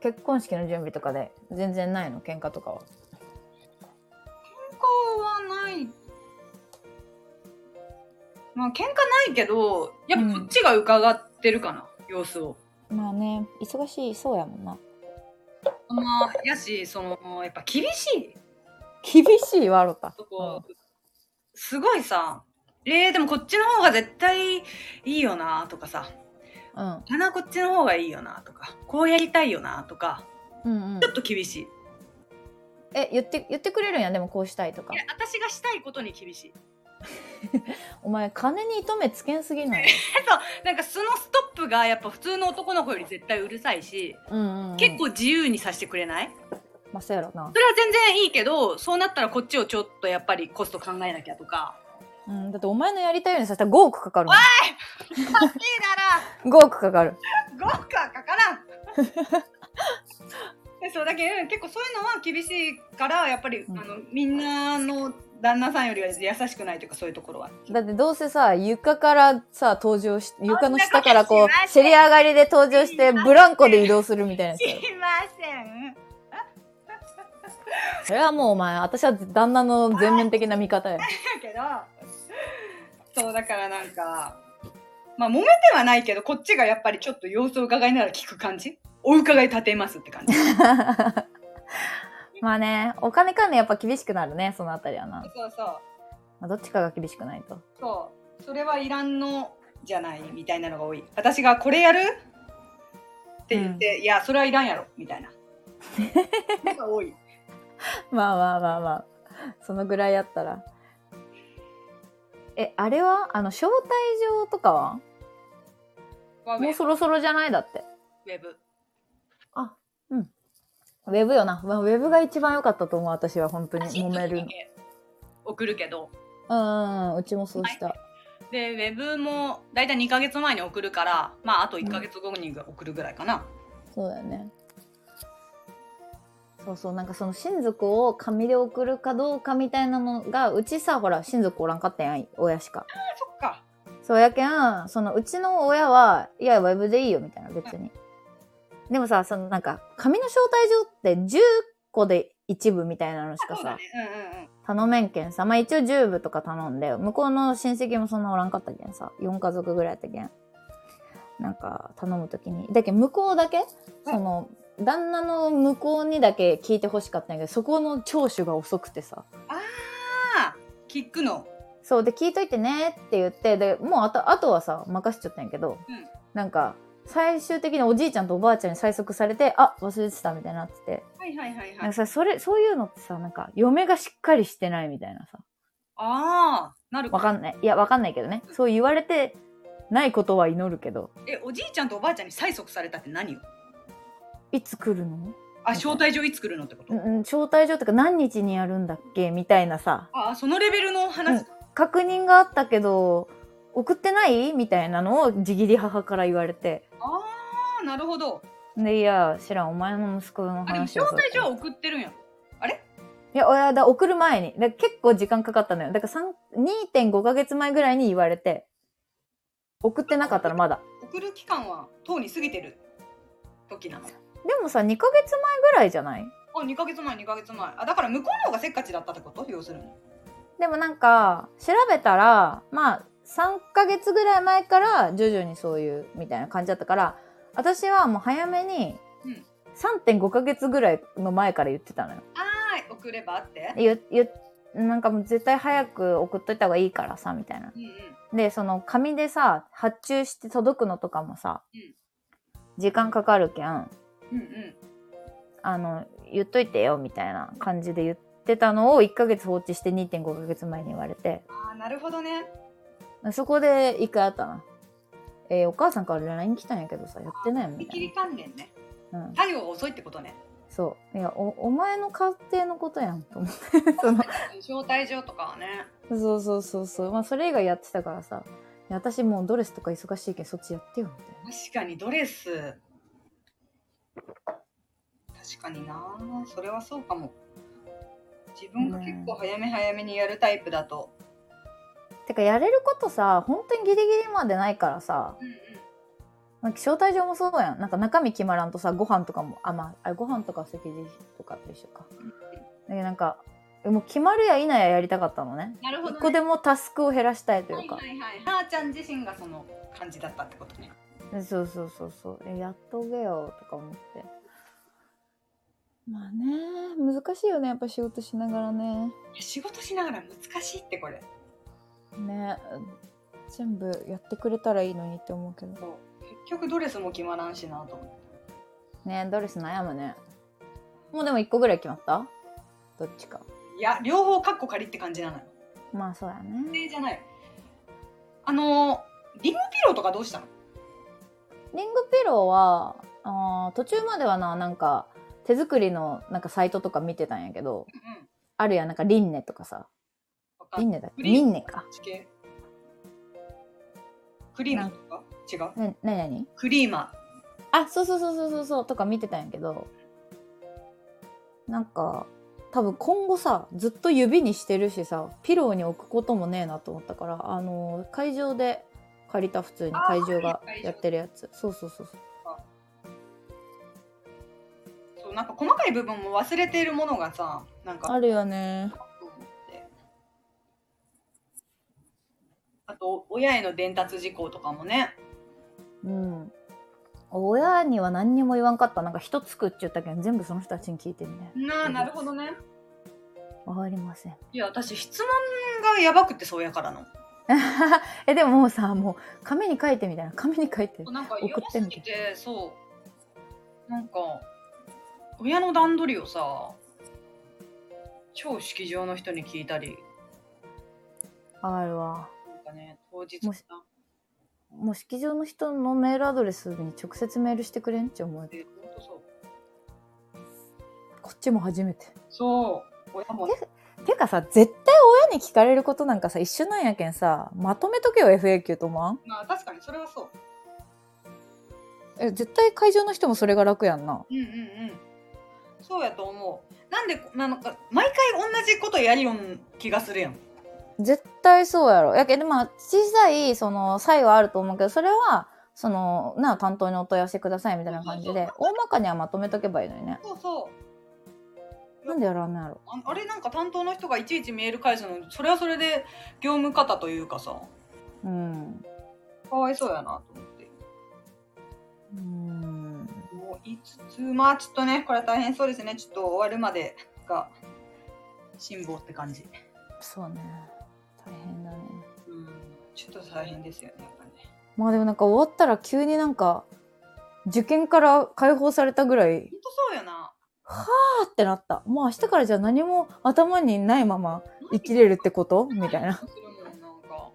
S2: 結婚式の準備とかで全然ないの喧嘩とかは。
S1: 喧嘩はないまあ喧嘩ないけどやっぱこっちが伺ってるかな、様子を
S2: まあね、忙しいそうやもんな。
S1: まあやしそのやっぱ厳しい
S2: 厳しいわ、ロタ。
S1: とこ、すごいさえー、でもこっちの方が絶対いいよなとかさ
S2: うん。
S1: 花こっちの方がいいよなとかこうやりたいよなとか
S2: うんうん
S1: ちょ。っと厳しいい
S2: え、言って、言ってくれるんや、でもこうしたいとか
S1: や。私がしたいことに厳しい
S2: お前、金に糸目つけんすぎない
S1: なんかそのストップがやっぱ普通の男の子より絶対うるさいし、
S2: うんうん、うん。
S1: 結。構自由にさせてくれない
S2: まあ、そうやろな
S1: そ。れは全然いいけどそうなったらこっちをちょっとやっぱりコスト考えなきゃとか
S2: うん、だってお前のやりたいようにさせたら5億かかるもん
S1: いい
S2: 5億かかる
S1: なら5億はかから んでそうだけど結構そういうのは厳しいからやっぱり、
S2: うん
S1: あのみんなの旦那さんよりは優しくないというかそういうところは
S2: だってどうせさ床からさ登場し床の下からこ
S1: そんなことしな
S2: う
S1: い
S2: せり上がりで登場してブランコで移動するみたいなやつ
S1: し
S2: やろ
S1: ません
S2: それはもうお前私は旦那の全面的な味方や
S1: だけどそうだからなんかまあ揉めてはないけどこっちがやっぱりちょっと様子を伺いながら聞く感じお伺い立てますって感じそう
S2: まあねお金関連やっぱ厳しくなるねそのあたりはな、
S1: そう
S2: まあ、どっちかが厳しくないと
S1: そうそれはいらんのじゃないみたいなのが多い私がこれやるって言って、いやそれはいらんやろみたいなのが 多い
S2: まあまあまあまあそのぐらいやったらえあれはあの招待状とかは
S1: ワウ
S2: も
S1: ェ
S2: う
S1: ブ
S2: そろそろじゃないだって
S1: ウェブ
S2: ウェブよな。まあウェブが一番良かったと思う、私は本当に。揉めるの。
S1: 送るけど
S2: うんうんうん、うちもそうした。
S1: で、ウェブもだいたい2ヶ月前に送るから、まあ、あと1ヶ月後に送るぐらいかな。
S2: そうだよね。そうそう、なんかその親族を紙で送るかどうかみたいなのが、うちさ、ほら、親族おらんかったやん、親しか。
S1: あそっか。
S2: そうやけん、そのうちの親は、いや、ウェブでいいよ、みたいな、別に。でもさ、そのなんか、紙の招待状って10個で一部みたいなのしか
S1: そうだ
S2: さ
S1: ね、。うんうんうん。
S2: 頼めんけんさ、まあ一応10部とか頼んで、向こうの親戚もそんなおらんかったけんさ、4家族ぐらいやったけん。なんか、頼むときに。だけん向こうだけ、その、旦那の向こうにだけ聞いてほしかったんやけど、そこの聴取が遅くてさ。
S1: ああ、キックの。
S2: そうで聞いといてねって言ってでもうあとあとはさ任せちゃったんやけど、
S1: うん
S2: なんか最終的におじいちゃんとおばあちゃんに催促されてあ忘れてたみたいになってて
S1: はいはいはい
S2: なん
S1: は
S2: か
S1: い。
S2: さそれそういうのってさなんか嫁がしっかりしてないみたいなさ
S1: ああ、なる
S2: わかんないいやわかんないけどねそう言われてないことは祈るけど
S1: え、おじいちゃんとおばあちゃんに催促されたって何を
S2: いつ来るの、
S1: あ、招待状いつ来るのってこと、
S2: うんうん、招待状とか何日にやるんだっけみたいなさ
S1: ああ、そのレベルの話。
S2: 確認があったけど送ってないみたいなのをじぎり母から言われて。
S1: ああ、なるほど。
S2: でいや知らんお前の息子の
S1: あ、でも
S2: 話
S1: 招
S2: をさ
S1: 待状は送ってるんや。あれ
S2: いや親だ送る前にだ結構時間かかったのよだから3 2.5ヶ月前ぐらいに言われて送ってなかったのまだ
S1: 送る期間はとうに過ぎてる時なの。
S2: でもさ2ヶ月前ぐらいじゃない
S1: あ、2ヶ月前、2ヶ月前。あ、だから向こうの方がせっかちだったってこと要するに。
S2: でもなんか調べたらまあ3ヶ月ぐらい前から徐々にそういうみたいな感じだったから私はもう早めに
S1: うん
S2: 3.5ヶ月ぐらいの前から言ってたのよ
S1: はい、送ればあって。
S2: ゆゆなんかもう絶対早く送っといた方がいいからさみたいな
S1: うんうん。
S2: でその紙でさ発注して届くのとかもさ、
S1: うん
S2: 時間かかるけん
S1: うんうん。
S2: あの言っといてよみたいな感じで言ってたのを1ヶ月放置して2.5ヶ月前に言われて
S1: ああ、なるほどね。
S2: そこで1回あったな、えーお母さんから LINE 来たんやけどさやってないよみ
S1: 見
S2: た
S1: 切
S2: い
S1: り関連ね。
S2: な、うん、
S1: 作業が遅いってこと ね。
S2: そういやおお前の家庭のことやんと思って その
S1: 招待状とかはね。
S2: そうそうそうそうまあそれ以外やってたからさいや私もうドレスとか忙しいけんそっちやってよみたいな
S1: 確かにドレス確かになそれはそうかも自分が結構早め早めにやるタイプだと、
S2: てかやれることさ本当にギリギリまでないからさ
S1: うんうん、
S2: なんか招待状もそうやんなんか中身決まらんとさご飯とかもあまああご飯とか席次とかと一緒かだけどなんかもう決まるや否ややりたかったのね
S1: なるほ
S2: 一
S1: ど、
S2: 個
S1: ね、
S2: でもタスクを減らしたいというか、
S1: はいはいはいなあちゃん自身がその感じだったってことね
S2: でそうそうそうそうえやっとげよとか思ってまあね難しいよねやっぱ仕事しながらね
S1: 仕事しながら難しいってこれ
S2: ね全部やってくれたらいいのにって思うけど
S1: そう結局ドレスも決まらんしなと思って
S2: ねドレス悩むねもうでも1個ぐらい決まったどっちか
S1: いや両方カッコ仮って感じなのよ
S2: まあそうや
S1: 固
S2: ね
S1: 定じゃないあのリングピローとかどうしたの
S2: リングピローはあー途中まではななんか手作りのなんかサイトとか見てたんやけど
S1: うん
S2: あるやんなんかリンネとかさ
S1: わかんな
S2: リ
S1: い
S2: ンネだっけミンネか
S1: 地形クリーマーとか違う
S2: ななになに
S1: クリーマ
S2: あそうそうそうそうそうそうとか見てたんやけどなんか多分今後さずっと指にしてるしさピローに置くこともねえなと思ったからあのー会場で借りた普通に
S1: あー
S2: 会場が
S1: はい会場
S2: やってるやつそうそうそうそう
S1: ーそうなんか細かい部分も忘れているものがさなんか
S2: あるよね
S1: と思ってあと親への伝達事項とかもね
S2: うん親には何にも言わんかったなんか人つくって言ったけど全部その人たちに聞いてるね
S1: なあなるほどね
S2: わかりません
S1: いや私質問がやばくてそうやからの
S2: えでももうさもう紙に書いてみたいな紙に書いて
S1: なんか
S2: 送
S1: やば
S2: って
S1: す
S2: み
S1: ぎてそうなんか親の段取りをさ超式場の人に聞いたり
S2: あるわ
S1: なんかね当日
S2: もしもう式場の人のメールアドレスに直接メールしてくれんって思う
S1: で本当そう
S2: こっちも初めて
S1: そう親も
S2: てかさ絶対に聞かれることなんかさ、一緒なんやけんさ、まとめとけよ FAQ と思わん
S1: まあ確かにそれはそう。
S2: え、絶対会場の人もそれが楽やんな。
S1: うんうんうん。そうやと思う。なんで、なんか、毎回同じことやりよん気がするやん。
S2: 絶対そうやろ。やけど、まあ、小さい、その、差異はあると思うけど、それは、その、なあ、担当にお問い合わせくださいみたいな感じで、大まかにはまとめとけばいいのにね。
S1: そうそう。
S2: なんでやらんのやろ。
S1: ああれなんか担当の人がいちいちメール返すの、それはそれで業務方というかさ、
S2: うん。
S1: かわいそうやなと思って。
S2: うん。
S1: もういつつ、まあちょっとね、これは大変そうですね。ちょっと終わるまでが辛抱って感じ。
S2: そうね。大変だね。
S1: うん、ちょっと大変ですよね、やっぱね。
S2: まあでもなんか終わったら急になんか、受験から解放されたぐらい、
S1: ほんとそうよな。
S2: あーってなった。もう明日からじゃあ何も頭にないまま生きれるってことみたいな。
S1: するもん、なんか。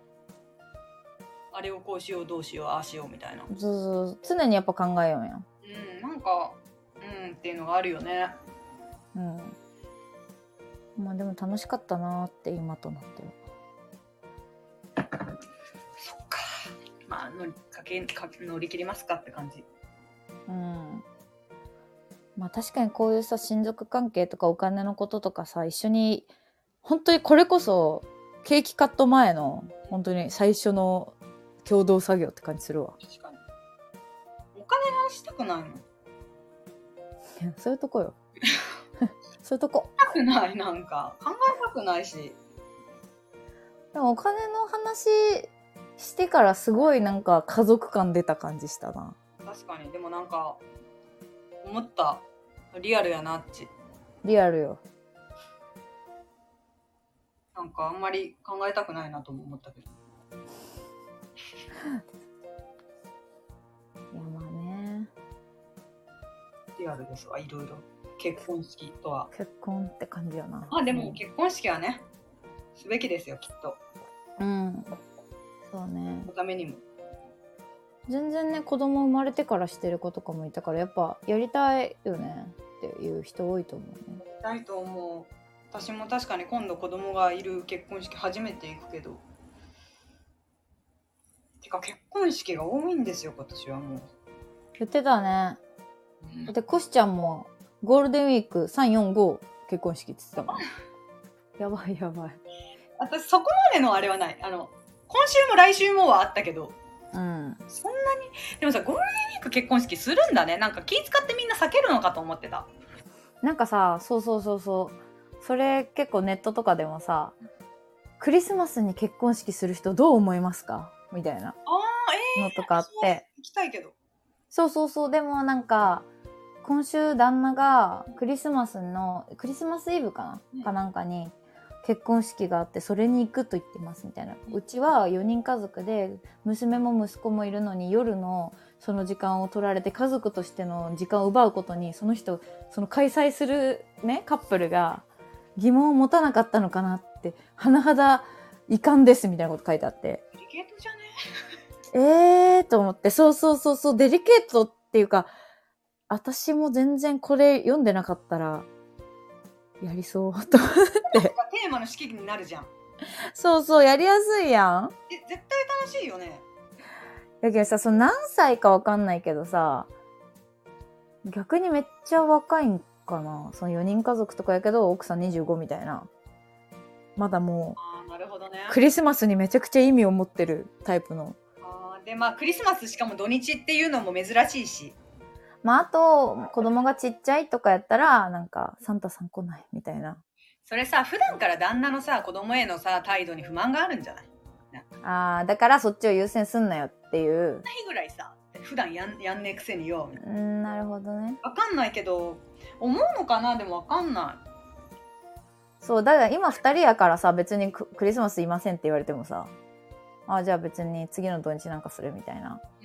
S1: あれをこうしよう、どうしよう、ああしようみたいな。
S2: そうそうそう。常にやっぱ考えようやん。
S1: うん、なんか、うんっていうのがあるよね。
S2: うん。まあでも楽しかったなーって今となってる。
S1: そっか。まあ、乗りかけか乗り切りますかって感じ。
S2: うん。まあ確かにこういうさ、親族関係とかお金のこととかさ、一緒に、本当にこれこそ、ケーキカット前の、本当に最初の共同作業って感じするわ。
S1: 確かに。お金の話したくないの
S2: いや そういうとこよ。そういうとこ。
S1: したくない、なんか。考えたくないし。
S2: でもお金の話してからすごいなんか家族感出た感じしたな。
S1: 確かに。でもなんか、思った。リアルやなっち。
S2: リアルよ。
S1: なんかあんまり考えたくないなとも思ったけど。
S2: いやまあね。
S1: リアルですわ、いろいろ。結婚式とは。
S2: 結婚って感じよな。
S1: まあでも、結婚式はね、すべきですよ、きっと。
S2: うん。そうね
S1: そ。のためにも。
S2: 全然ね、子供生まれてからしてる子とかもいたから、やっぱやりたいよねっていう人多いと思うね。
S1: ないと思う。私も確かに今度子供がいる結婚式初めて行くけど。てか結婚式が多いんですよ、今年はもう。
S2: 言ってたね。
S1: うん
S2: で、コシちゃんもゴールデンウィーク3、4、5結婚式っ て言ってたもん。やばいやばい。
S1: 私そこまでのあれはない。あの、今週も来週もはあったけど、
S2: うん。
S1: そんなに、でもさ、ゴールデンウィーク結婚式するんだね。なんか気使ってみんな避けるのかと思ってた。
S2: なんかさそうそうそうそうそれ結構ネットとかでもさクリスマスに結婚式する人どう思いますかみたい
S1: あ
S2: な
S1: あ、え
S2: のとかあっ
S1: そう
S2: て
S1: 行きたいけど。
S2: そうそうそうでもなんか今週旦那がクリスマスのクリスマスイブか
S1: うん
S2: なかなんかに結婚式があってそれに行くと言ってますみたいなうちは4人家族で娘も息子もいるのに夜のその時間を取られて家族としての時間を奪うことにその人その開催するねカップルが疑問を持たなかったのかなって甚だ遺憾ですみたいなこと書いてあって。
S1: デリケートじゃね
S2: えーと思って、そうそうそうそう、デリケートっていうか、私も全然これ読んでなかったら、やりそう。と
S1: なんかテーマの式になるじゃん。
S2: そうそう、やりやすいやん。
S1: え、絶対楽しいよね。
S2: やけどさ、その何歳かわかんないけどさ、逆にめっちゃ若いんかな。その4人家族とかやけど、奥さん25みたいな。まだも
S1: ああ、なるほどね
S2: う、。クリスマスにめちゃくちゃ意味を持ってるタイプの。
S1: あーで、まあ、クリスマスしかも土日っていうのも珍しいし。
S2: まあ、あと、子供がちっちゃいとかやったら、なんか、サンタさん来ないみたいな。
S1: それさ、普段から旦那のさ、子供へのさ、態度に不満があるんじゃない
S2: ああだからそっちを優先すんなよっていう
S1: ないぐらいさ、普段やんやんねえくせによ。みたいう
S2: ーんなるほどね
S1: なわかんないけど、思うのかなでもわかんない。
S2: そうだから今2人やからさ別にククリスマスいませんって言われてもさあーじゃあ別に次の土日なんかするみたいな
S1: う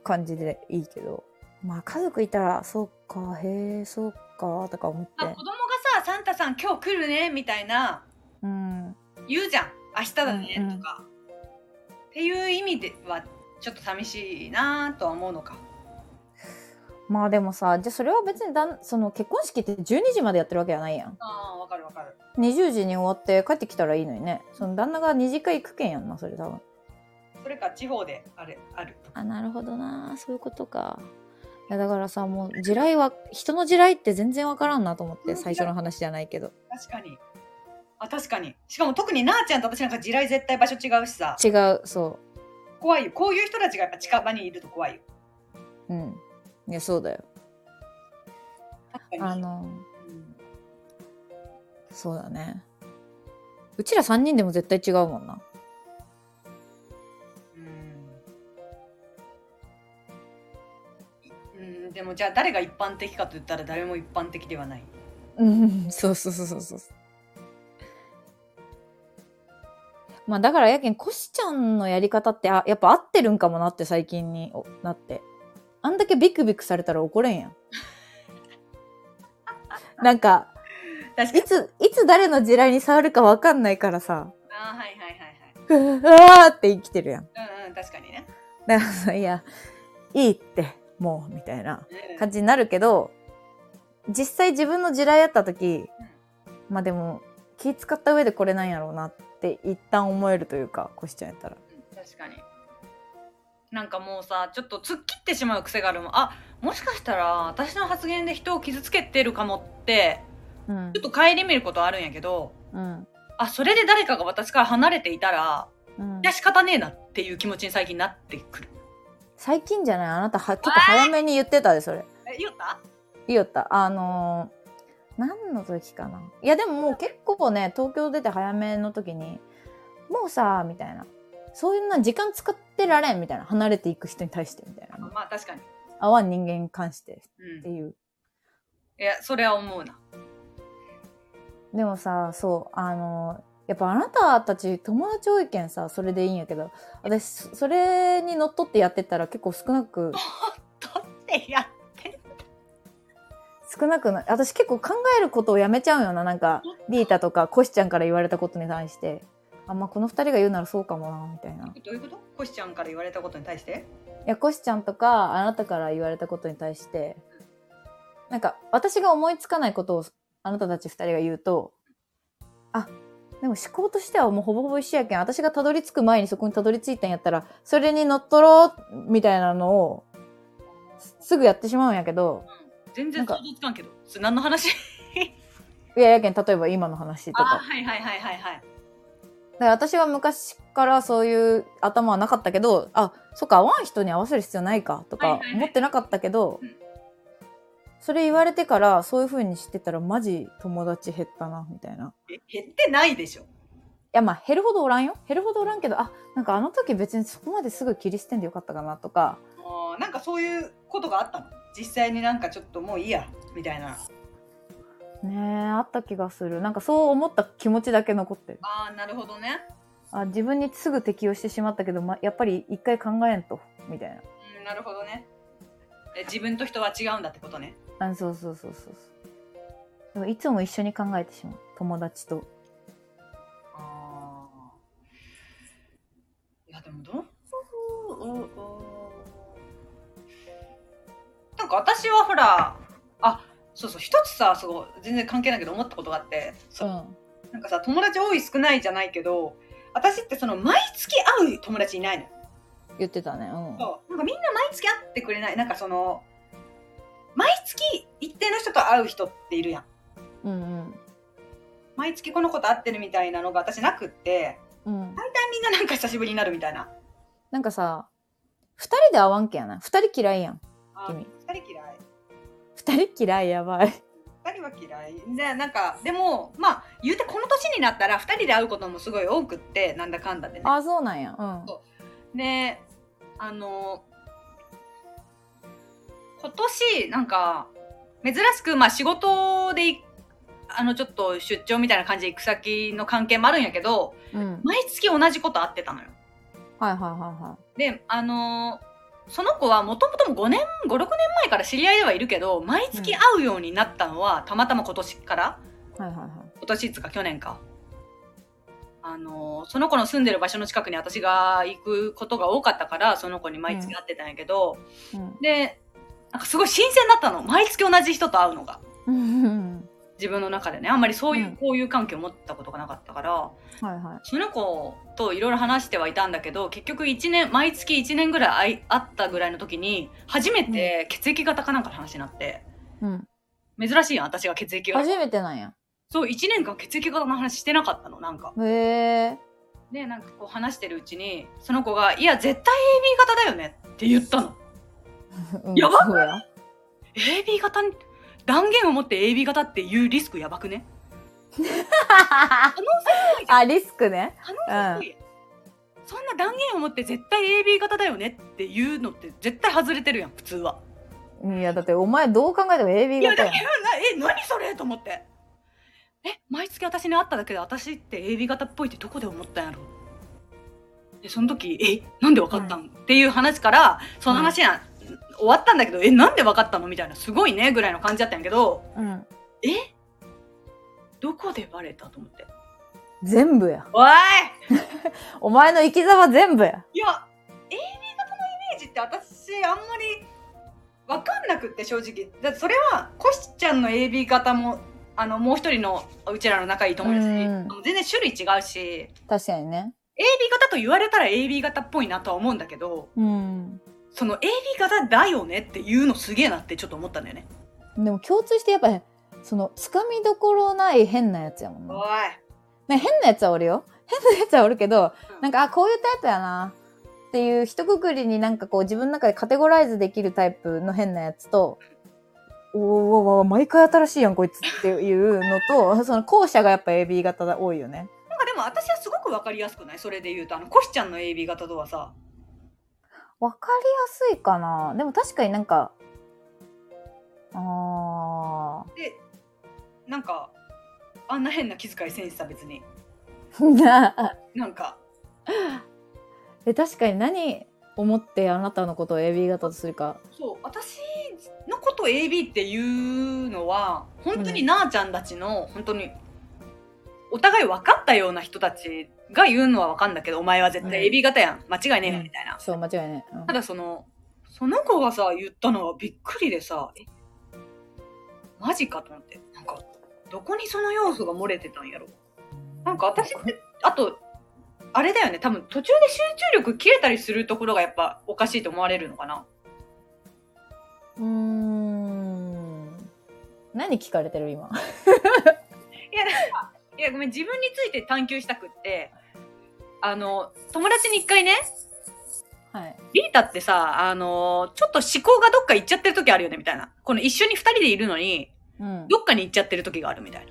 S1: ー
S2: 感じでいいけどまあ家族いたらそうかへえそうかとか思っ
S1: ん。あ
S2: て
S1: 子供がさ、サンタさん今日来るね、みたいな、
S2: うん
S1: 言うじゃん。明日だね、
S2: うんうん
S1: とか。っていう意味では、ちょっと寂しいなとは思うのか。
S2: まあでもさ、じゃあそれは別にだん、その結婚式って12時までやってるわけじゃないやん。
S1: ああ、わかるわかる。
S2: 20時に終わって帰ってきたらいいのにね。その旦那が2次会行くけんやんな、それ多分。
S1: それか地方であれ、あるとか。
S2: あ、なるほどな。そういうことか。いやだからさ、もう地雷は、人の地雷って全然わからんなと思って、最初の話じゃないけど。
S1: 確かに。あ、確かに。しかも特になあちゃんと私なんか地雷絶対場所違うしさ。
S2: 違う、そ
S1: 怖いよ。こういう人たちがやっぱ近場にいると怖いよ。
S2: う。うん。いや、そうだよ。
S1: 確かに。
S2: あの、
S1: うん
S2: そうだね。うちら3人でも絶対違うもんな。
S1: うんうん、でもじゃあ誰が一般的かと言ったら誰も一般的ではない。
S2: うん、そうそうそうそうそう。まあだからやけん、コシちゃんのやり方って、あ、やっぱ合ってるんかもなって最近におなって。あんだけビクビクされたら怒れんやん。なんか、
S1: 確か
S2: い
S1: に。
S2: つ、いつ誰の地雷に触るかわかんないからさ、
S1: あーはいはいは
S2: うわーって生きてるやん。
S1: いはい。うんうん、確かにね。
S2: だからさ、いや、いいって、もう、みたいな。
S1: うん
S2: 感じになるけど実際自分の地雷やった時まあでも気使った上でこれなんやろうなって一旦思えるというかこしちゃんやったら
S1: 確かになんかもうさちょっと突っ切ってしまう癖があるもんあもしかしたら私の発言で人を傷つけてるかもって
S2: うん
S1: ちょっと顧みることあるんやけど
S2: うん
S1: あそれで誰かが私から離れていたら
S2: うん
S1: いや仕方ねえなっていう気持ちに最近なってくる
S2: 最近じゃないあなたは結構早めに言ってたでそれ
S1: え言った
S2: いいよったあのー何の時かないやでももう結構ね東京出て早めの時にもうさみたいなそういうな時間使ってられんみたいな離れていく人に対してみたいな
S1: まあ確かに、
S2: 合わん人間に関してっ
S1: う
S2: て
S1: ん、い
S2: いう
S1: やそれは思うな
S2: でもさそうあのやっぱあなたたち友達多いけんさそれでいいんやけど私そそれにのっとってやってたら結構少なく
S1: とってやって
S2: 少なくな私結構考えることをやめちゃうよななんかリータとかコシちゃんから言われたことに対してあんまあこの2人が言うならそうかもなみたいな
S1: どういうことコシちゃんから言われたことに対して
S2: いやコシちゃんとかあなたから言われたことに対してなんか私が思いつかないことをあなたたち2人が言うとあでも思考としてはもうほぼほぼ一緒やけん私がたどり着く前にそこにたどり着いたんやったらそれに乗っ取ろうみたいなのをすぐやってしまうんやけど
S1: 全
S2: な
S1: 然
S2: んか
S1: 想像つかんけどそれ何の 話
S2: いややけん例えば今の話と
S1: あ
S2: か
S1: はいはいはいはいはい
S2: だから私は昔からそういう頭はなかったけどあそっか合わん人に合わせる必要ないかと
S1: はいは
S2: か
S1: いはい
S2: 思ってなかったけど、
S1: うん
S2: それ言われてからそういう風にしてたらマジ友達減ったなみたいない
S1: え減ってないでしょ
S2: やまあ減るほどおらんよ減るほどおらんけどあなんかあの時別にそこまですぐ切り捨てんでよかったかなとか
S1: あーなんかそういうことがあったの実際になんかちょっともういいやみたいな
S2: ねえあった気がするなんかそう思った気持ちだけ残ってる
S1: ああなるほどね、
S2: あ自分にすぐ適応してしまったけど、ま、やっぱり一回考えんとみたいな
S1: うん、なるほどねえ自分と人は違うんだってことね
S2: あそうそうそうそうそうでもいつも一緒に考えてしまう友達と
S1: ああいやでもどううんうんなんか私はほらあそうそう一つさすごい全然関係ないけど思ったことがあってそうんなんかさ友達多い少ないじゃないけど私ってその毎月会う友達いないの
S2: 言ってたねうん
S1: そうなんかみんな毎月会ってくれないなんかその毎月一定の人と会う人っているやん
S2: うん
S1: 毎月この子と会ってるみたいなのが私なくって
S2: うんうん
S1: みんななんか久しぶりになるみたいな
S2: なんかさ2人で会わんけやな2人嫌いやん
S1: あ
S2: 君
S1: 二人嫌い
S2: 2人嫌いやばい
S1: 二人は嫌いでなんかでもまあ言うてこの年になったら二人で会うこともすごい多くってなんだかんだでね
S2: あそうなんやうん
S1: そであの今年なんか珍しくまあ仕事でいあのちょっと出張みたいな感じで行く先の関係もあるんやけど
S2: うん
S1: 毎月同じこと会ってたのよ
S2: はいはいはいは
S1: であのその子はもともとも5年56年前から知り合いではいるけど毎月会うようになったのは、たまたま今年から
S2: いはいはいはい
S1: 今年っつうか去年かあのその子の住んでる場所の近くに私が行くことが多かったからその子に毎月会ってたんやけど、
S2: うん
S1: でなんかすごい新鮮だったの毎月同じ人と会うのが
S2: うん
S1: 自分の中でねあんまりそういう
S2: うん
S1: 交友関係を持ったことがなかったから、
S2: はいはい。
S1: その子といろいろ話してはいたんだけど結局一年毎月1年ぐらい会い会ったぐらいの時に初めて血液型かなんかの話になって、
S2: うん。
S1: 珍しいやん私が血液型
S2: 初めてなんや。
S1: そう1年間血液型の話してなかったのなんか
S2: へえ。
S1: でなんかこう話してるうちにその子が「いや絶対 AB 型だよね」って言ったの
S2: うん
S1: やば
S2: そうや。
S1: AB 型に断言を持って AB 型っていうリスクやばくね
S2: あ、リスクね。
S1: 可能性低いやんそんな断言を持って絶対 AB 型だよねっていうのって絶対外れてるやん普通は。
S2: いや、だってお前どう考えても AB
S1: いや
S2: 型
S1: だ
S2: や
S1: からなえ何それと思ってえ毎月私に会っただけで私って AB 型っぽいってどこで思ったんやろでその時えなんで分かったん、っていう話からその話や、終わったんだけどえなんで分かったのみたいなすごいねぐらいの感じだったんやけど
S2: ん。うん。
S1: どこでバレたと思って
S2: 全部や。
S1: おい
S2: お前の生き様全部や。
S1: いや AB 型のイメージって私あんまり分かんなくって正直だってそれはコシちゃんの AB 型もあのもう一人のうちらの仲いい友達に
S2: うん
S1: 全然種類違うし
S2: 確かにね。
S1: AB 型と言われたら AB 型っぽいなとは思うんだけど
S2: うん。
S1: その AB 型だよねっていうのすげえなってちょっと思ったんだよね
S2: でも共通してやっぱ、その、つかみどころない変なやつやもんな。
S1: い
S2: ね、変なやつはおるよ。変なやつはおるけど
S1: う、ん
S2: なんか、あ、こういうタイプやな。っていう、一括りになんかこう自分の中でカテゴライズできるタイプの変なやつと、おーおーおー毎回新しいやん、こいつっていうのと、その後者がやっぱ AB 型だ多いよね。
S1: なんかでも私はすごく分かりやすくないそれで言うとあのコシちゃんの AB 型とはさ
S2: わかりやすいかな。でも確かになんか、あ
S1: でなんかあんな変な気遣いせんしさ別に
S2: ー。
S1: なんか
S2: え、確かに何思ってあなたのことを AB 型とするか。
S1: そう私のこと AB っていうのは本当になあちゃんたちの、本当にお互い分かったような人たちが言うのは分かんだけどお前は絶対
S2: うん
S1: AB 型やん間違いねえよ
S2: うん
S1: みたいな、
S2: そう、間違いない。うん
S1: ただそのその子がさ言ったのはびっくりでさえマジかと思ってなんかどこにその要素が漏れてたんやろなんか私ってあとあれだよね多分途中で集中力切れたりするところがやっぱおかしいと思われるのかな
S2: うーん。何聞かれてる今。
S1: いや、なんか、いや、ごめん、自分について探求したくって、あの、友達に一回ね、
S2: はい。
S1: リータってさ、あの、ちょっと思考がどっか行っちゃってる時あるよね、みたいな。この一緒に二人でいるのに、
S2: うん。
S1: どっかに行っちゃってる時があるみたい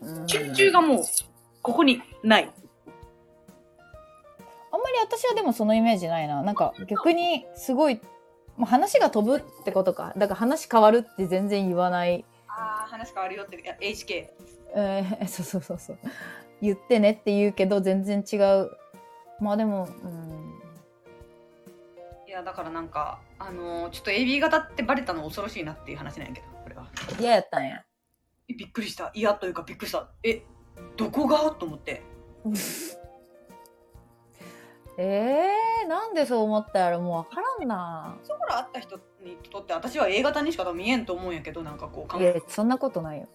S1: な。
S2: うん
S1: 集中がもう、ここにない。
S2: あんまり私はでもそのイメージないな。なんか逆にすごい、もう話が飛ぶってことか。だから話変わるって全然言わない。
S1: ああ、話変わるよって、HK。
S2: えー、 そうそうそうそう。言ってねって言うけど全然違う。まあでも、うん。
S1: いや、だからなんか、あの、ちょっと AB 型ってバレたの恐ろしいなっていう話なんやけど、これは。
S2: 嫌やったんや。
S1: えびっくりした。いや、というかびっくりした。え、どこがと思って。
S2: えー、なんでそう思ったやろもうわからんな。
S1: そこらあった人にとって私は A 型にしか多分見えんと思うんやけどなんかこう考
S2: い
S1: え
S2: やそんなことないよ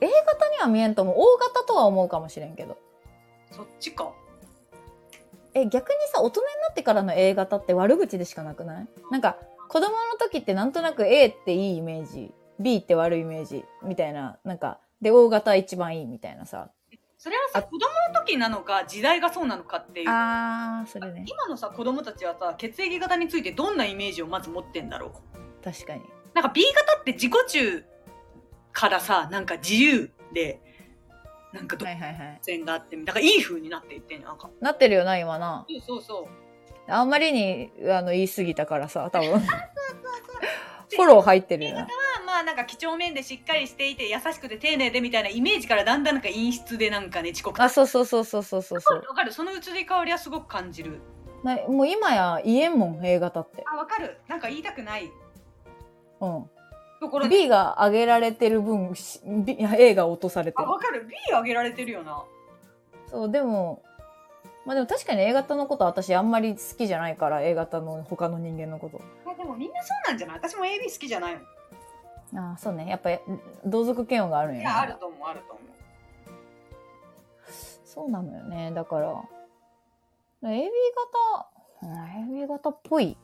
S2: A 型には見えんとも O 型とは思うかもしれんけど
S1: そっちか
S2: え逆にさ大人になってからの A 型って悪口でしかなくないなんか子供の時ってなんとなく A っていいイメージ B って悪いイメージみたいななんかで O 型一番いいみたいなさ
S1: それはさ
S2: あ
S1: 子供の時なのか時代がそうなのかっていう
S2: あーそれね
S1: 今のさ子供たちはさ血液型についてどんなイメージをまず持ってんだろ
S2: 確かに
S1: うなんか B 型って自己中からさなんか自由でなんか独
S2: はいはいはい
S1: 占があってだからいい風になっていってんのなんか
S2: なってるよな今な
S1: そうそうそう
S2: あんまりにあの言い過ぎたからさ多分フォロー入ってるよな
S1: まあまあなんか几帳面でしっかりしていて優しくて丁寧でみたいなイメージからだんだんなんか陰湿でなんかね遅刻
S2: あそうそうそうそうそうそうそう
S1: わかるその移り変わりはすごく感じる
S2: なもう今や言えんもん A 型って、
S1: あ、わかる。なんか言いたくない
S2: う
S1: ところ
S2: ん、
S1: で。
S2: B が上げられてる分、し B、A が落とされて
S1: あ、
S2: る
S1: わかる。B 上げられてるよな。
S2: そうでもまあでも確かに A 型のこと私あんまり好きじゃないから A 型の他の人間のこと
S1: あでもみんなそうなんじゃない私も AB 好きじゃないもん。
S2: ああそうねやっぱり同族嫌悪があるん
S1: い
S2: やね
S1: や、あると思う、あると思う。
S2: そうなのよねだからだから AB 型うん AB 型っぽい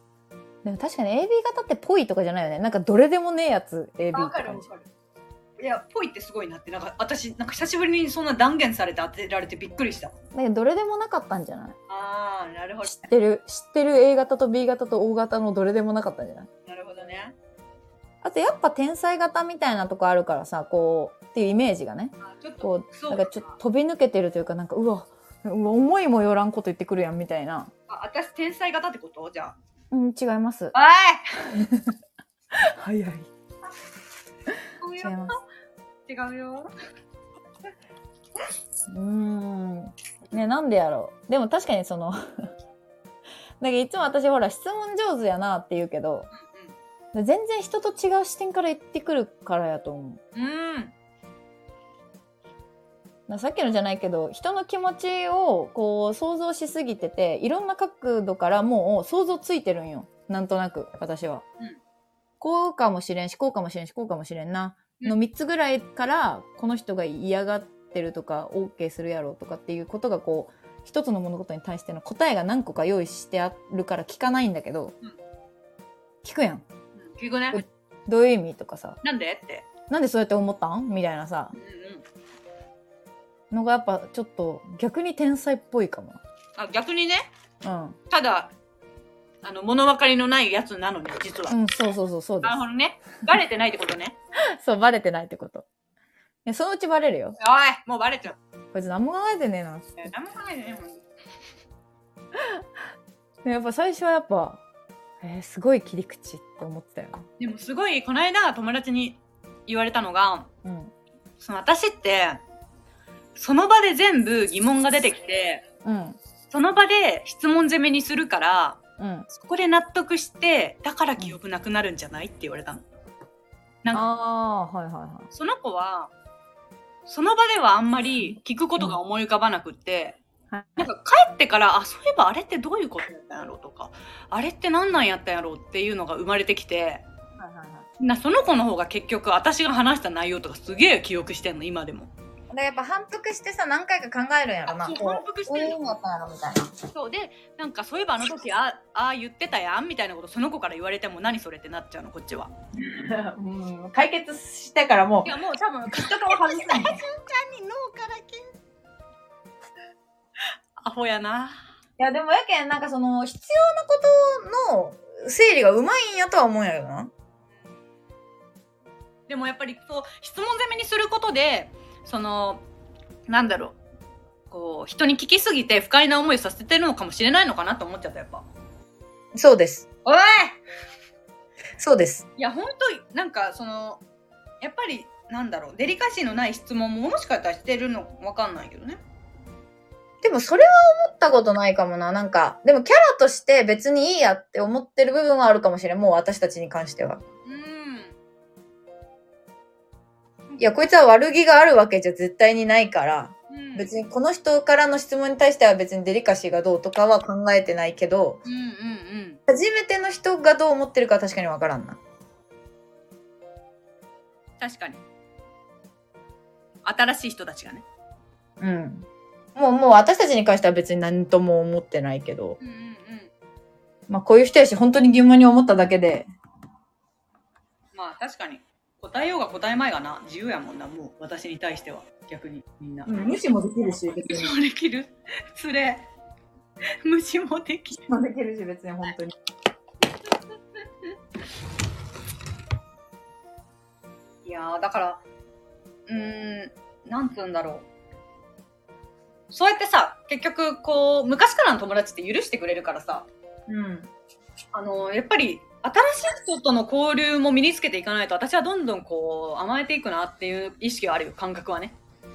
S2: でも確かに AB 型ってぽいとかじゃないよねなんかどれでもねえやつ AB
S1: わ
S2: って
S1: かる
S2: 感
S1: わ
S2: じ
S1: かる。いや、ぽいってすごいなって、なんか私、なんか久しぶりにそんな断言されて当てられてびっくりした。
S2: なんかどれでもなかったんじゃない
S1: ああ、なるほど。
S2: 知ってる知ってる A 型と B 型と O 型のどれでもなかったんじゃない
S1: なるほどね。
S2: あとやっぱ天才型みたいなとこあるからさこうっていうイメージがね
S1: あちょっ、
S2: ことう
S1: そ
S2: なん
S1: う
S2: かちょっと飛び抜けてるというかなんかうわうわ思いもよらんこと言ってくるやんみたいな
S1: あ私、天才型ってことじゃあ。
S2: うん違います
S1: おい
S2: 早い
S1: 違
S2: 違います
S1: 違うよ。
S2: うーん。ね、なんでやろう。でも確かにその、 だからいつも私ほら質問上手やなって言うけど、全然人と違う視点から言ってくるからやと思う。だか
S1: うん。うん。
S2: らさっきのじゃないけど、人の気持ちをこう想像しすぎてて、いろんな角度からもう想像ついてるんよ。なんとなく、私は。
S1: うん
S2: こうかもしれんし、こうかもしれんし、こうかもしれんな。の
S1: うん
S2: 3つぐらいから、この人が嫌がってるとか、OK するやろうとかっていうことがこう、一つの物事に対しての答えが何個か用意してあるから聞かないんだけど、
S1: うん
S2: 聞くやん。
S1: うん聞くね。
S2: どういう意味とかさ、
S1: なんでって。
S2: なんでそうやって思ったんみたいなさ
S1: う、んうん。
S2: のがやっぱちょっと逆に天才っぽいかも。
S1: あ、逆にね、
S2: うん。
S1: ただ、あの、物分かりのないやつなのね、実は。
S2: うん、そうそうそう、そうで
S1: なるほどね。バレてないってことね。
S2: す。そう、バレてないってこと。いや、そのうちバレるよ。
S1: おい、もうバレちゃう。
S2: こいつ何も考えてねえな。
S1: え何も考えてないもん。
S2: でやっぱ最初はやっぱ、えーすごい切り口って思ってたよね。
S1: でもすごいこの間友達に言われたのが
S2: うん。
S1: その私ってその場で全部疑問が出てきて
S2: うん。
S1: その場で質問攻めにするから
S2: うん。
S1: そこで納得してだから記憶なくなるんじゃないって言われたの。なんか
S2: ああー、はいはいは
S1: その子はその場ではあんまり聞くことが思い浮かばなくって、
S2: うんはい
S1: なんか帰ってからあそういえばあれってどういうことやったんやろうとかあれって何なんやったんやろうっていうのが生まれてきて。
S2: い。はいはいはい。
S1: なその子の方が結局私が話した内容とかすげえ記憶してんの今でも
S2: だからやっぱ反復してさ何回か考えるんやろな
S1: あそう
S2: こう
S1: 反復して
S2: こう
S1: る
S2: いう意味やったんやろみたいな
S1: そうでなんかそういえばあの時あああ言ってたやんみたいなことその子から言われても何それってなっちゃうのこっちは
S2: うん解決してからも
S1: いやもう多分
S2: きっと外すんだい
S1: 脳からけアホやな
S2: やでもやけんなんかその必要なことの整理がうまいんやとは思うんやけどな
S1: でもやっぱりそう質問攻めにすることでそのなんだろうこう人に聞きすぎて不快な思いさせてるのかもしれないのかなと思っちゃったやっぱ
S2: そうです
S1: おい
S2: そうです
S1: いや本当なんかそのやっぱりなんだろうデリカシーのない質問ももしかしたらしてるのわかんないけどね
S2: でもそれは思ったことないかもななんかでもキャラとして別にいいやって思ってる部分はあるかもしれんもう私たちに関しては
S1: う
S2: いやこいつは悪気があるわけじゃ絶対にないから
S1: ん、うん、
S2: 別にこの人からの質問に対しては別にデリカシーがどうとかは考えてないけど、
S1: うんうんうん
S2: 初めての人がどう思ってるかは確かに分からんな。
S1: 確かに新しい人たちがね
S2: うん。もう、もう私たちに関しては別に何とも思ってないけど、
S1: うんうんうん
S2: まあこういう人やし、本当に疑問に思っただけで、
S1: まあ確かに答えようが答えまいがな自由やもんなもう私に対しては逆にみんな、
S2: 無視もできるし、別
S1: 無視もできるつれ無視もできる
S2: もできるし、別に本当に。
S1: いやーだからうーんなんつうんだろうそうやってさ結局こう昔からの友達って許してくれるからさ
S2: うん。
S1: あのやっぱり新しい人との交流も身につけていかないと私はどんどんこう甘えていくなっていう意識はあるよ感覚はね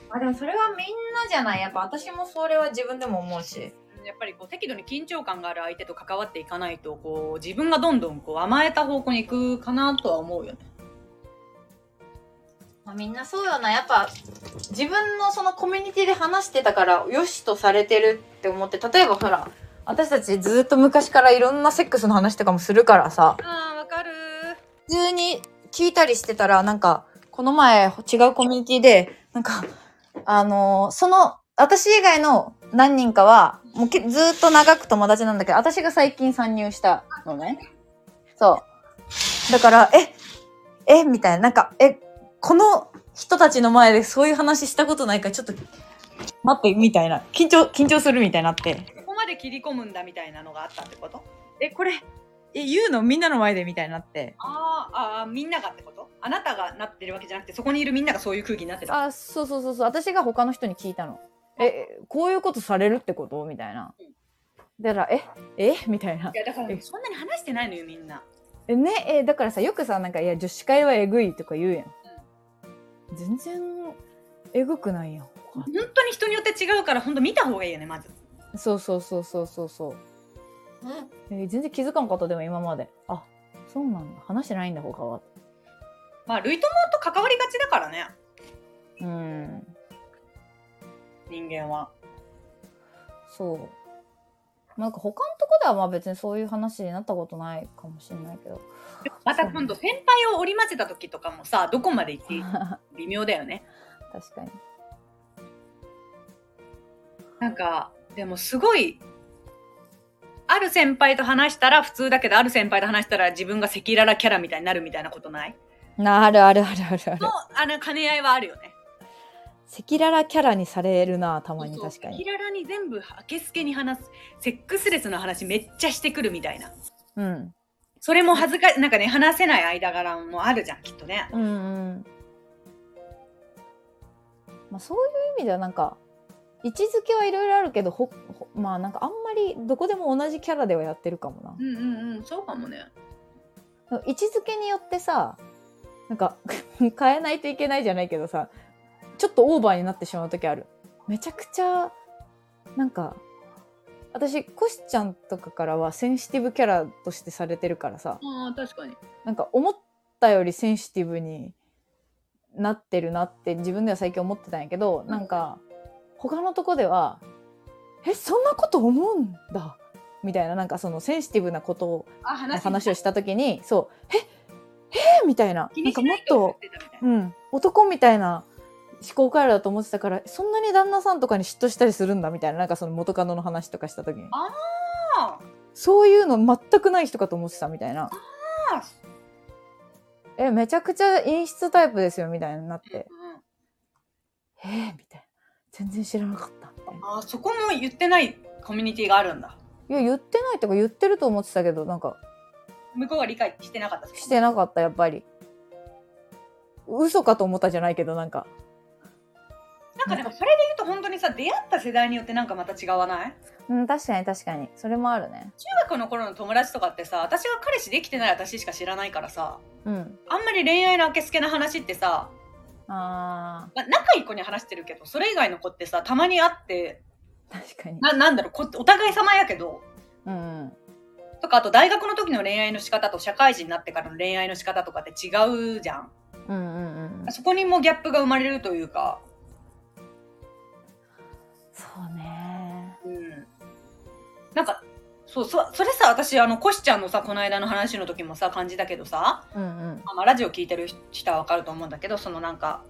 S2: あ、でもそれはみんなじゃない。やっぱ私もそれは自分でも思うし。
S1: やっぱりこう適度に緊張感がある相手と関わっていかないとこう自分がどんどんこう甘えた方向に行くかなとは思うよね
S2: あまあみんなそうよな。やっぱ、自分のそのコミュニティで話してたから、よしとされてるって思って、例えばほら、私たちずっと昔からいろんなセックスの話とかもするからさ、
S1: あーわかる
S2: 普通に聞いたりしてたら、なんか、この前違うコミュニティで、なんか、あのーその、私以外の何人かは、もうけずーっと長く友達なんだけど、私が最近参入したのね。そう。だから、え、え、みたいな、なんか、え、この人たちの前でそういう話したことないから、ちょっと、待って、みたいな。緊張、緊張するみたいになって。
S1: ここまで切り込むんだみたいなのがあったってこと
S2: え、これ、え、言うのみんなの前でみたいになって。
S1: あーあーみんながってことあなたがなってるわけじゃなくてそこにいるみんながそういう空気になってた
S2: あそうそうそうそう私が他の人に聞いたのえこういうことされるってことみたいなだからええみたいない
S1: やだから
S2: え
S1: そんなに話してないのよみんな
S2: えねえだからさよくさなんかいや女子会はえぐいとか言うやん全然えぐくないやん
S1: 本当に人によって違うから本当見た方がいいよねまず
S2: そうそうそうそうそうそうえ全然気づかんかったでも今まであそうなんだ話してないんだ他は
S1: まあ類友と関わりがちだからね
S2: うん
S1: 人間は
S2: そうまあなんか他のとこではまあ別にそういう話になったことないかもしれないけど
S1: でもまた今度先輩を織り交ぜた時とかもさどこまで行ってい い微妙だよね
S2: 確かに
S1: なんかでもすごいある先輩と話したら普通だけどある先輩と話したら自分が赤裸々キャラみたいになるみたいなことない
S2: なあるあるあるあるある
S1: のあの兼ね合いはあるよね
S2: 赤裸々キャラにされるなたまに
S1: そう
S2: 確か
S1: 赤
S2: に
S1: 裸々に全部あけすけに話すセックスレスの話めっちゃしてくるみたいな
S2: うん
S1: それも恥ずかなんかね話せない間柄もあるじゃんきっとね
S2: うんうんまあそういう意味ではなんか位置づけはいろいろあるけどほほまあなんかあんまりどこでも同じキャラではやってるかも
S1: うんうんうんそうかもね
S2: な位置づけによってさなんか 変えないといけないじゃないけどさちょっとオーバーになってしまう時あるめちゃくちゃなんか私コシちゃんとかからはセンシティブキャラとしてされてるからさ、
S1: あ確かに
S2: なんか思ったよりセンシティブになってるなって自分では最近思ってたんやけど、なんか他のとこでは「えそんなこと思うんだ」みたいななんかそのセンシティブなことを
S1: あ話し
S2: 話をした時にそう「ええみたいな
S1: 気
S2: な
S1: に
S2: んか
S1: し
S2: も
S1: な
S2: っ
S1: い
S2: と
S1: 思ってたみたいな
S2: うん、男みたいな思考回路だと思ってたからそんなに旦那さんとかに嫉妬したりするんだみたいななんかその元カノの話とかした時に
S1: あ
S2: そういうの全くない人かと思ってたみたい
S1: あ
S2: なえめちゃくちゃ陰湿タイプですよみたいになって
S1: うん
S2: えー、みたいな全然知らなかったみたいな
S1: あーそこも言ってないコミュニティがあるんだ
S2: いや言ってないとか言ってると思ってたけどなんか
S1: 向こうが理解してなかったってこと
S2: してなかったやっぱり嘘かと思ったじゃないけどなんか
S1: なんかでもそれで言うと本当にさ出会った世代によってなんかまた違わない
S2: うん確かに確かにそれもあるね
S1: 中学の頃の友達とかってさ私が彼氏できてない私しか知らないからさ
S2: うん
S1: あんまり恋愛のあけすけな話ってさ、
S2: あ
S1: まあ、仲いい子に話してるけどそれ以外の子ってさたまに会って
S2: ー確かに
S1: ななんだろうこお互い様やけど
S2: うんうん
S1: とかあと大学の時の恋愛の仕方と社会人になってからの恋愛の仕方とかって違うじゃん
S2: うんうんうん
S1: そこにもギャップが生まれるというか
S2: そうね
S1: うんなんかそうそそれさ私あのコシちゃんのさこの間の話の時もさ感じたけどさ、
S2: うん うん
S1: まあ、ラジオ聞いてる人はわかると思うんだけどそのなんか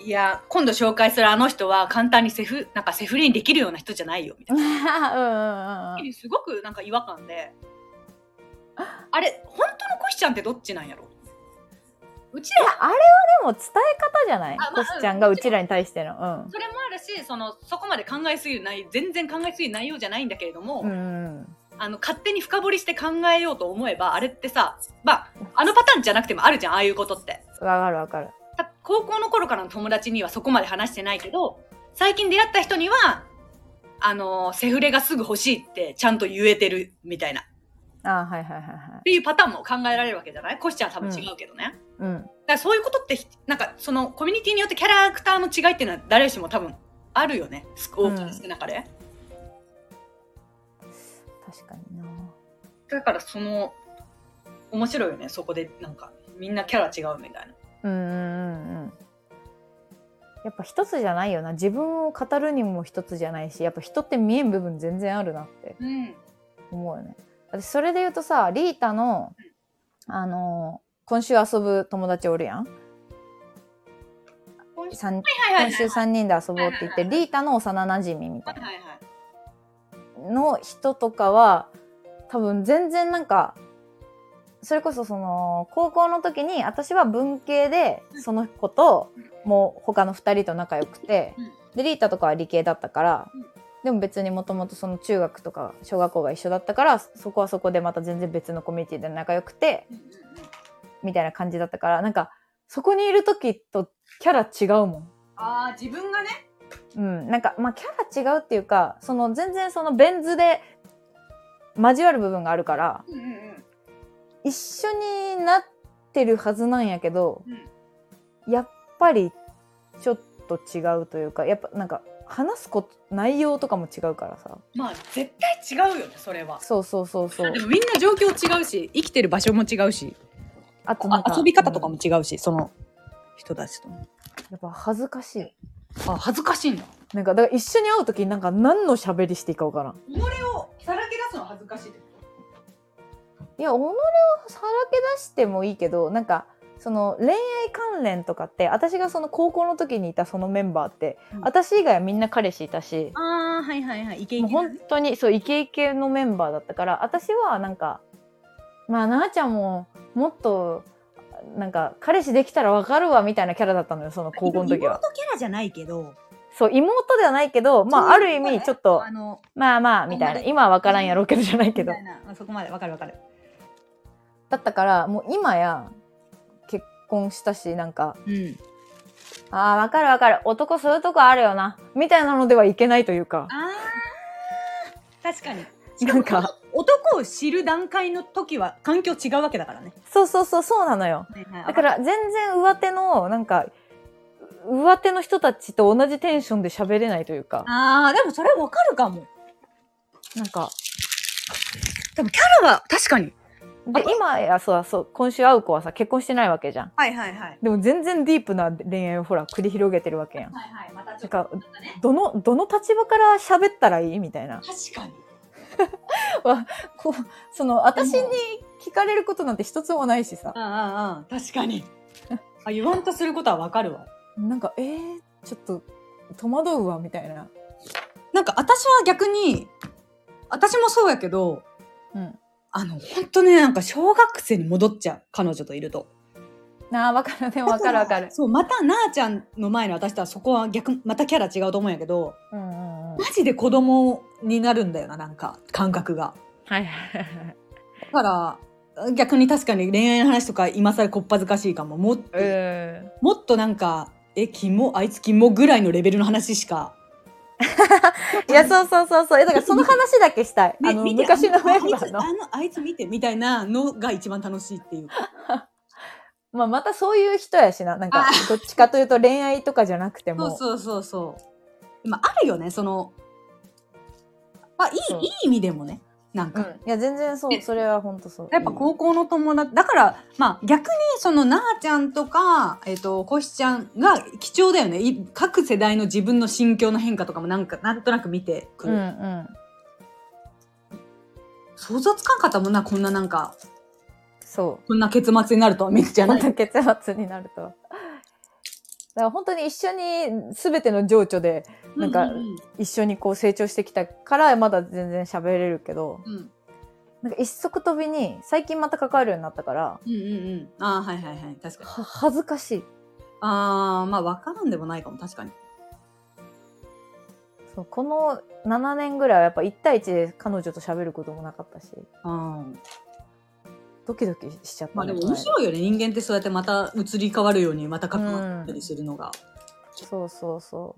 S1: いや今度紹介するあの人は簡単にセフなんかセフレにできるような人じゃないよみたい
S2: うんうんうんうん
S1: なすごくなんか違和感であれ本当のコシちゃんってどっちなんやろうちら
S2: いやあれはでも伝え方じゃない
S1: あまあ
S2: コスちゃんがうちらに対しての
S1: それもあるしそのそこまで考えすぎる内全然考えすぎる内容じゃないんだけれども、
S2: うんうんうん
S1: あの勝手に深掘りして考えようと思えばあれってさ、まあ、あのパターンじゃなくてもあるじゃんああいうことって
S2: わかるわかる
S1: た高校の頃からの友達にはそこまで話してないけど最近出会った人にはあのセフレがすぐ欲しいってちゃんと言えてるみたいなっ
S2: あーはいはいはいはい
S1: ていうパターンも考えられるわけじゃないコシちゃんは多分違うけどね、だか
S2: うん
S1: らそういうことってなんかそのコミュニティによってキャラクターの違いっていうのは誰しも多分あるよね大きな少なかで。
S2: 確かにな
S1: だからその面白いよねそこでなんかみんなキャラ違うみたいな
S2: うんうんうんやっぱ一つじゃないよな自分を語るにも一つじゃないしやっぱ人って見えん部分全然あるなって
S4: うん。
S2: 思うよね私それで言うとさリータのあの今週遊ぶ友達おるやん
S4: 今週
S2: さん
S4: はいは
S2: 今
S4: い
S2: 週3人で遊ぼうって言ってリータの幼なじみみたい
S4: はいはいはい。
S2: なの人とかは多分全然なんかそれこそその高校の時に私は文系でその子ともう他の2人と仲良くて
S4: うん
S2: でリータとかは理系だったから
S4: うん
S2: でも別にもともとその中学とか小学校が一緒だったからそこはそこでまた全然別のコミュニティで仲良くて
S4: うんうんうん
S2: みたいな感じだったからなんかそこにいる時とキャラ違うもん。
S4: ああ、自分がね。
S2: うん、なんか、まあ、キャラ違うっていうか、その全然そのベン図で交わる部分があるから、
S4: うんうん
S2: 一緒になってるはずなんやけど、
S4: うん
S2: やっぱりちょっと違うというか、やっぱなんか話すこと、内容とかも違うからさ。
S4: まあ、絶対違うよね、それは。
S2: そうそうそ うそう
S1: で。もみんな状況違うし生きてる場所も違うし
S2: あとなん
S1: あ
S2: か、
S1: 遊び方とか
S2: うん
S1: も違うし、その人たちとの
S2: やっぱ恥ずかしい。
S1: あ恥ずかしいんだ
S2: なんか、だから一緒に会うときなんか何の喋りしていいかわからん。
S4: 己をさらけ出すのは恥ずかしいってこと
S2: いや己をさらけ出してもいいけどなんかその恋愛関連とかって私がその高校の時にいたそのメンバーって、
S1: うん
S2: 私以外はみんな彼氏いたし
S1: ああはいはいはいイケイ
S2: もう
S1: ケ
S2: 本当にそうイケイケのメンバーだったから私はなんかまあなあちゃんももっとなんか彼氏できたらわかるわみたいなキャラだったのよその高校の時は。
S1: キャラじゃないけど
S2: そう妹ではないけどまあある意味ちょっと
S1: の
S2: まあまあみたいな今はわからんやろうけどじゃないけど
S1: いなそこまでわかるわかる
S2: だったからもう今や結婚したしなんか
S1: うん
S2: ああ、わかるわかる。男そういうとこあるよな。みたいなのではいけないというか。
S1: あー確かに
S2: なんか、
S1: 男を知る段階の時は環境違うわけだからね
S2: そうそうそう、そうなのよ。だ
S1: だ
S2: から全然上手の、なんか、上手の人たちと同じテンションで喋れないというか、
S1: あーでもそれわかるかも
S2: なんか、
S1: でもキャラは確かに
S2: で、今やそうそう、今週会う子はさ、結婚してないわけじゃん。
S1: はいはいはい
S2: でも全然ディープな恋愛をほら、繰り広げてるわけやん。
S4: はいはい、またちょ
S2: なん
S4: っと。
S2: か、どの、どの立場から喋ったらいいみたいな。
S4: 確かに。
S2: こう、その、私に聞かれることなんて一つもないしさ。
S4: うんうんうん、確かに。あ、言わんとすることはわかるわ。
S2: なんか、えー、ちょっと、戸惑うわ、みたいな。
S1: なんか私は逆に私もそうやけど
S2: うん。
S1: あの本当ねなんか小学生に戻っちゃう彼女といると
S2: なあ、わかる、でもわかるわかる。
S1: そうまたなあちゃんの前の私とはそこは逆またキャラ違うと思うんやけど
S2: うんうんうん。はい
S1: マジで子供になるんだよななんか感覚が
S2: はいはい。
S1: だから逆に確かに恋愛の話とか今更こっぱずかしいかももっと、
S2: うん。
S1: もっとなんかえキモあいつキモぐらいのレベルの話しか
S2: いや、そうそうそうそう。えだからその話だけしたい。
S1: ね
S2: あの、
S1: 見て
S2: 昔のメン
S1: あ
S2: バ
S1: い
S2: ー
S1: つ
S2: の。
S1: あのあいつ見てみたいなのが一番楽しいっていうか
S2: まあ、またそういう人やしな。なんか、どっちかというと恋愛とかじゃなくて
S1: そう
S2: も。
S1: そうそうそう。まあ、あるよね、その、まあ、い
S2: そう
S1: い、いい意味でもね、なん
S2: う
S1: か。
S2: ん。いや、全然そう。それは本当そう。
S1: やっぱ高校の友達、だから、まあ逆にその、なあちゃんとか、えっ、と、こしちゃんが貴重だよね。い各世代の自分の心境の変化とかもなんか、なんとなく見てく
S2: うん
S1: る。
S2: うん。
S1: 想像つかんかったもんな、こんななんか、
S2: そう。
S1: こんな結末になるとはめっちゃ
S2: ま
S1: ない。
S2: た結末になると。だから本当に一緒に全ての情緒でなんか
S1: ううん
S2: 一緒にこう成長してきたからまだ全然喋れるけど
S1: うん、うん
S2: なんか一足飛びに最近また関わるようになったから
S1: うんうんうん。ああ、はいはいはい。確かに。
S2: は恥ずかしい
S1: ああ、まあわからんでもないかも、確かに。
S2: そうこの7年ぐらいはやっぱ1対1で彼女と喋ることもなかったし
S1: うん。
S2: ドキドキしちゃった
S1: まあでも
S2: この
S1: 面
S2: 間
S1: 白いよね人間ってそうやってまた移り変わるようにまた関わったりするのが、
S2: そうそうそ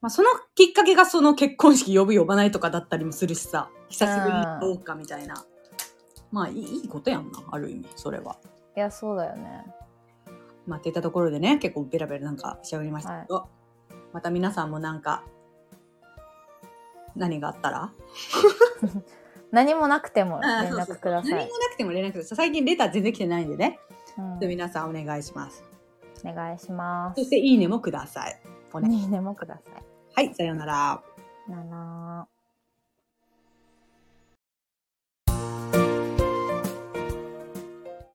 S1: まあ、そのきっかけがその結婚式呼ぶ呼ばないとかだったりもするしさ久しぶりにどうかみたいな、まあいいいいことやんなある意味それは。
S2: ういやそうだよね
S1: まあっていったところでね結構ベラベラなんかしゃべりましたけど、また皆さんもなんか何があったら
S2: 何もなくても
S1: あー
S2: 連
S1: そうそう
S2: 絡くだ
S1: 何
S2: さい
S1: もなくても連絡ください最近レター全然来てないんでね、
S2: うん
S1: で皆さんお願いします。
S2: お願いしま
S1: そして、いいねもください。
S2: す。いいねもくださ
S1: はい、さようなら。
S2: い。なな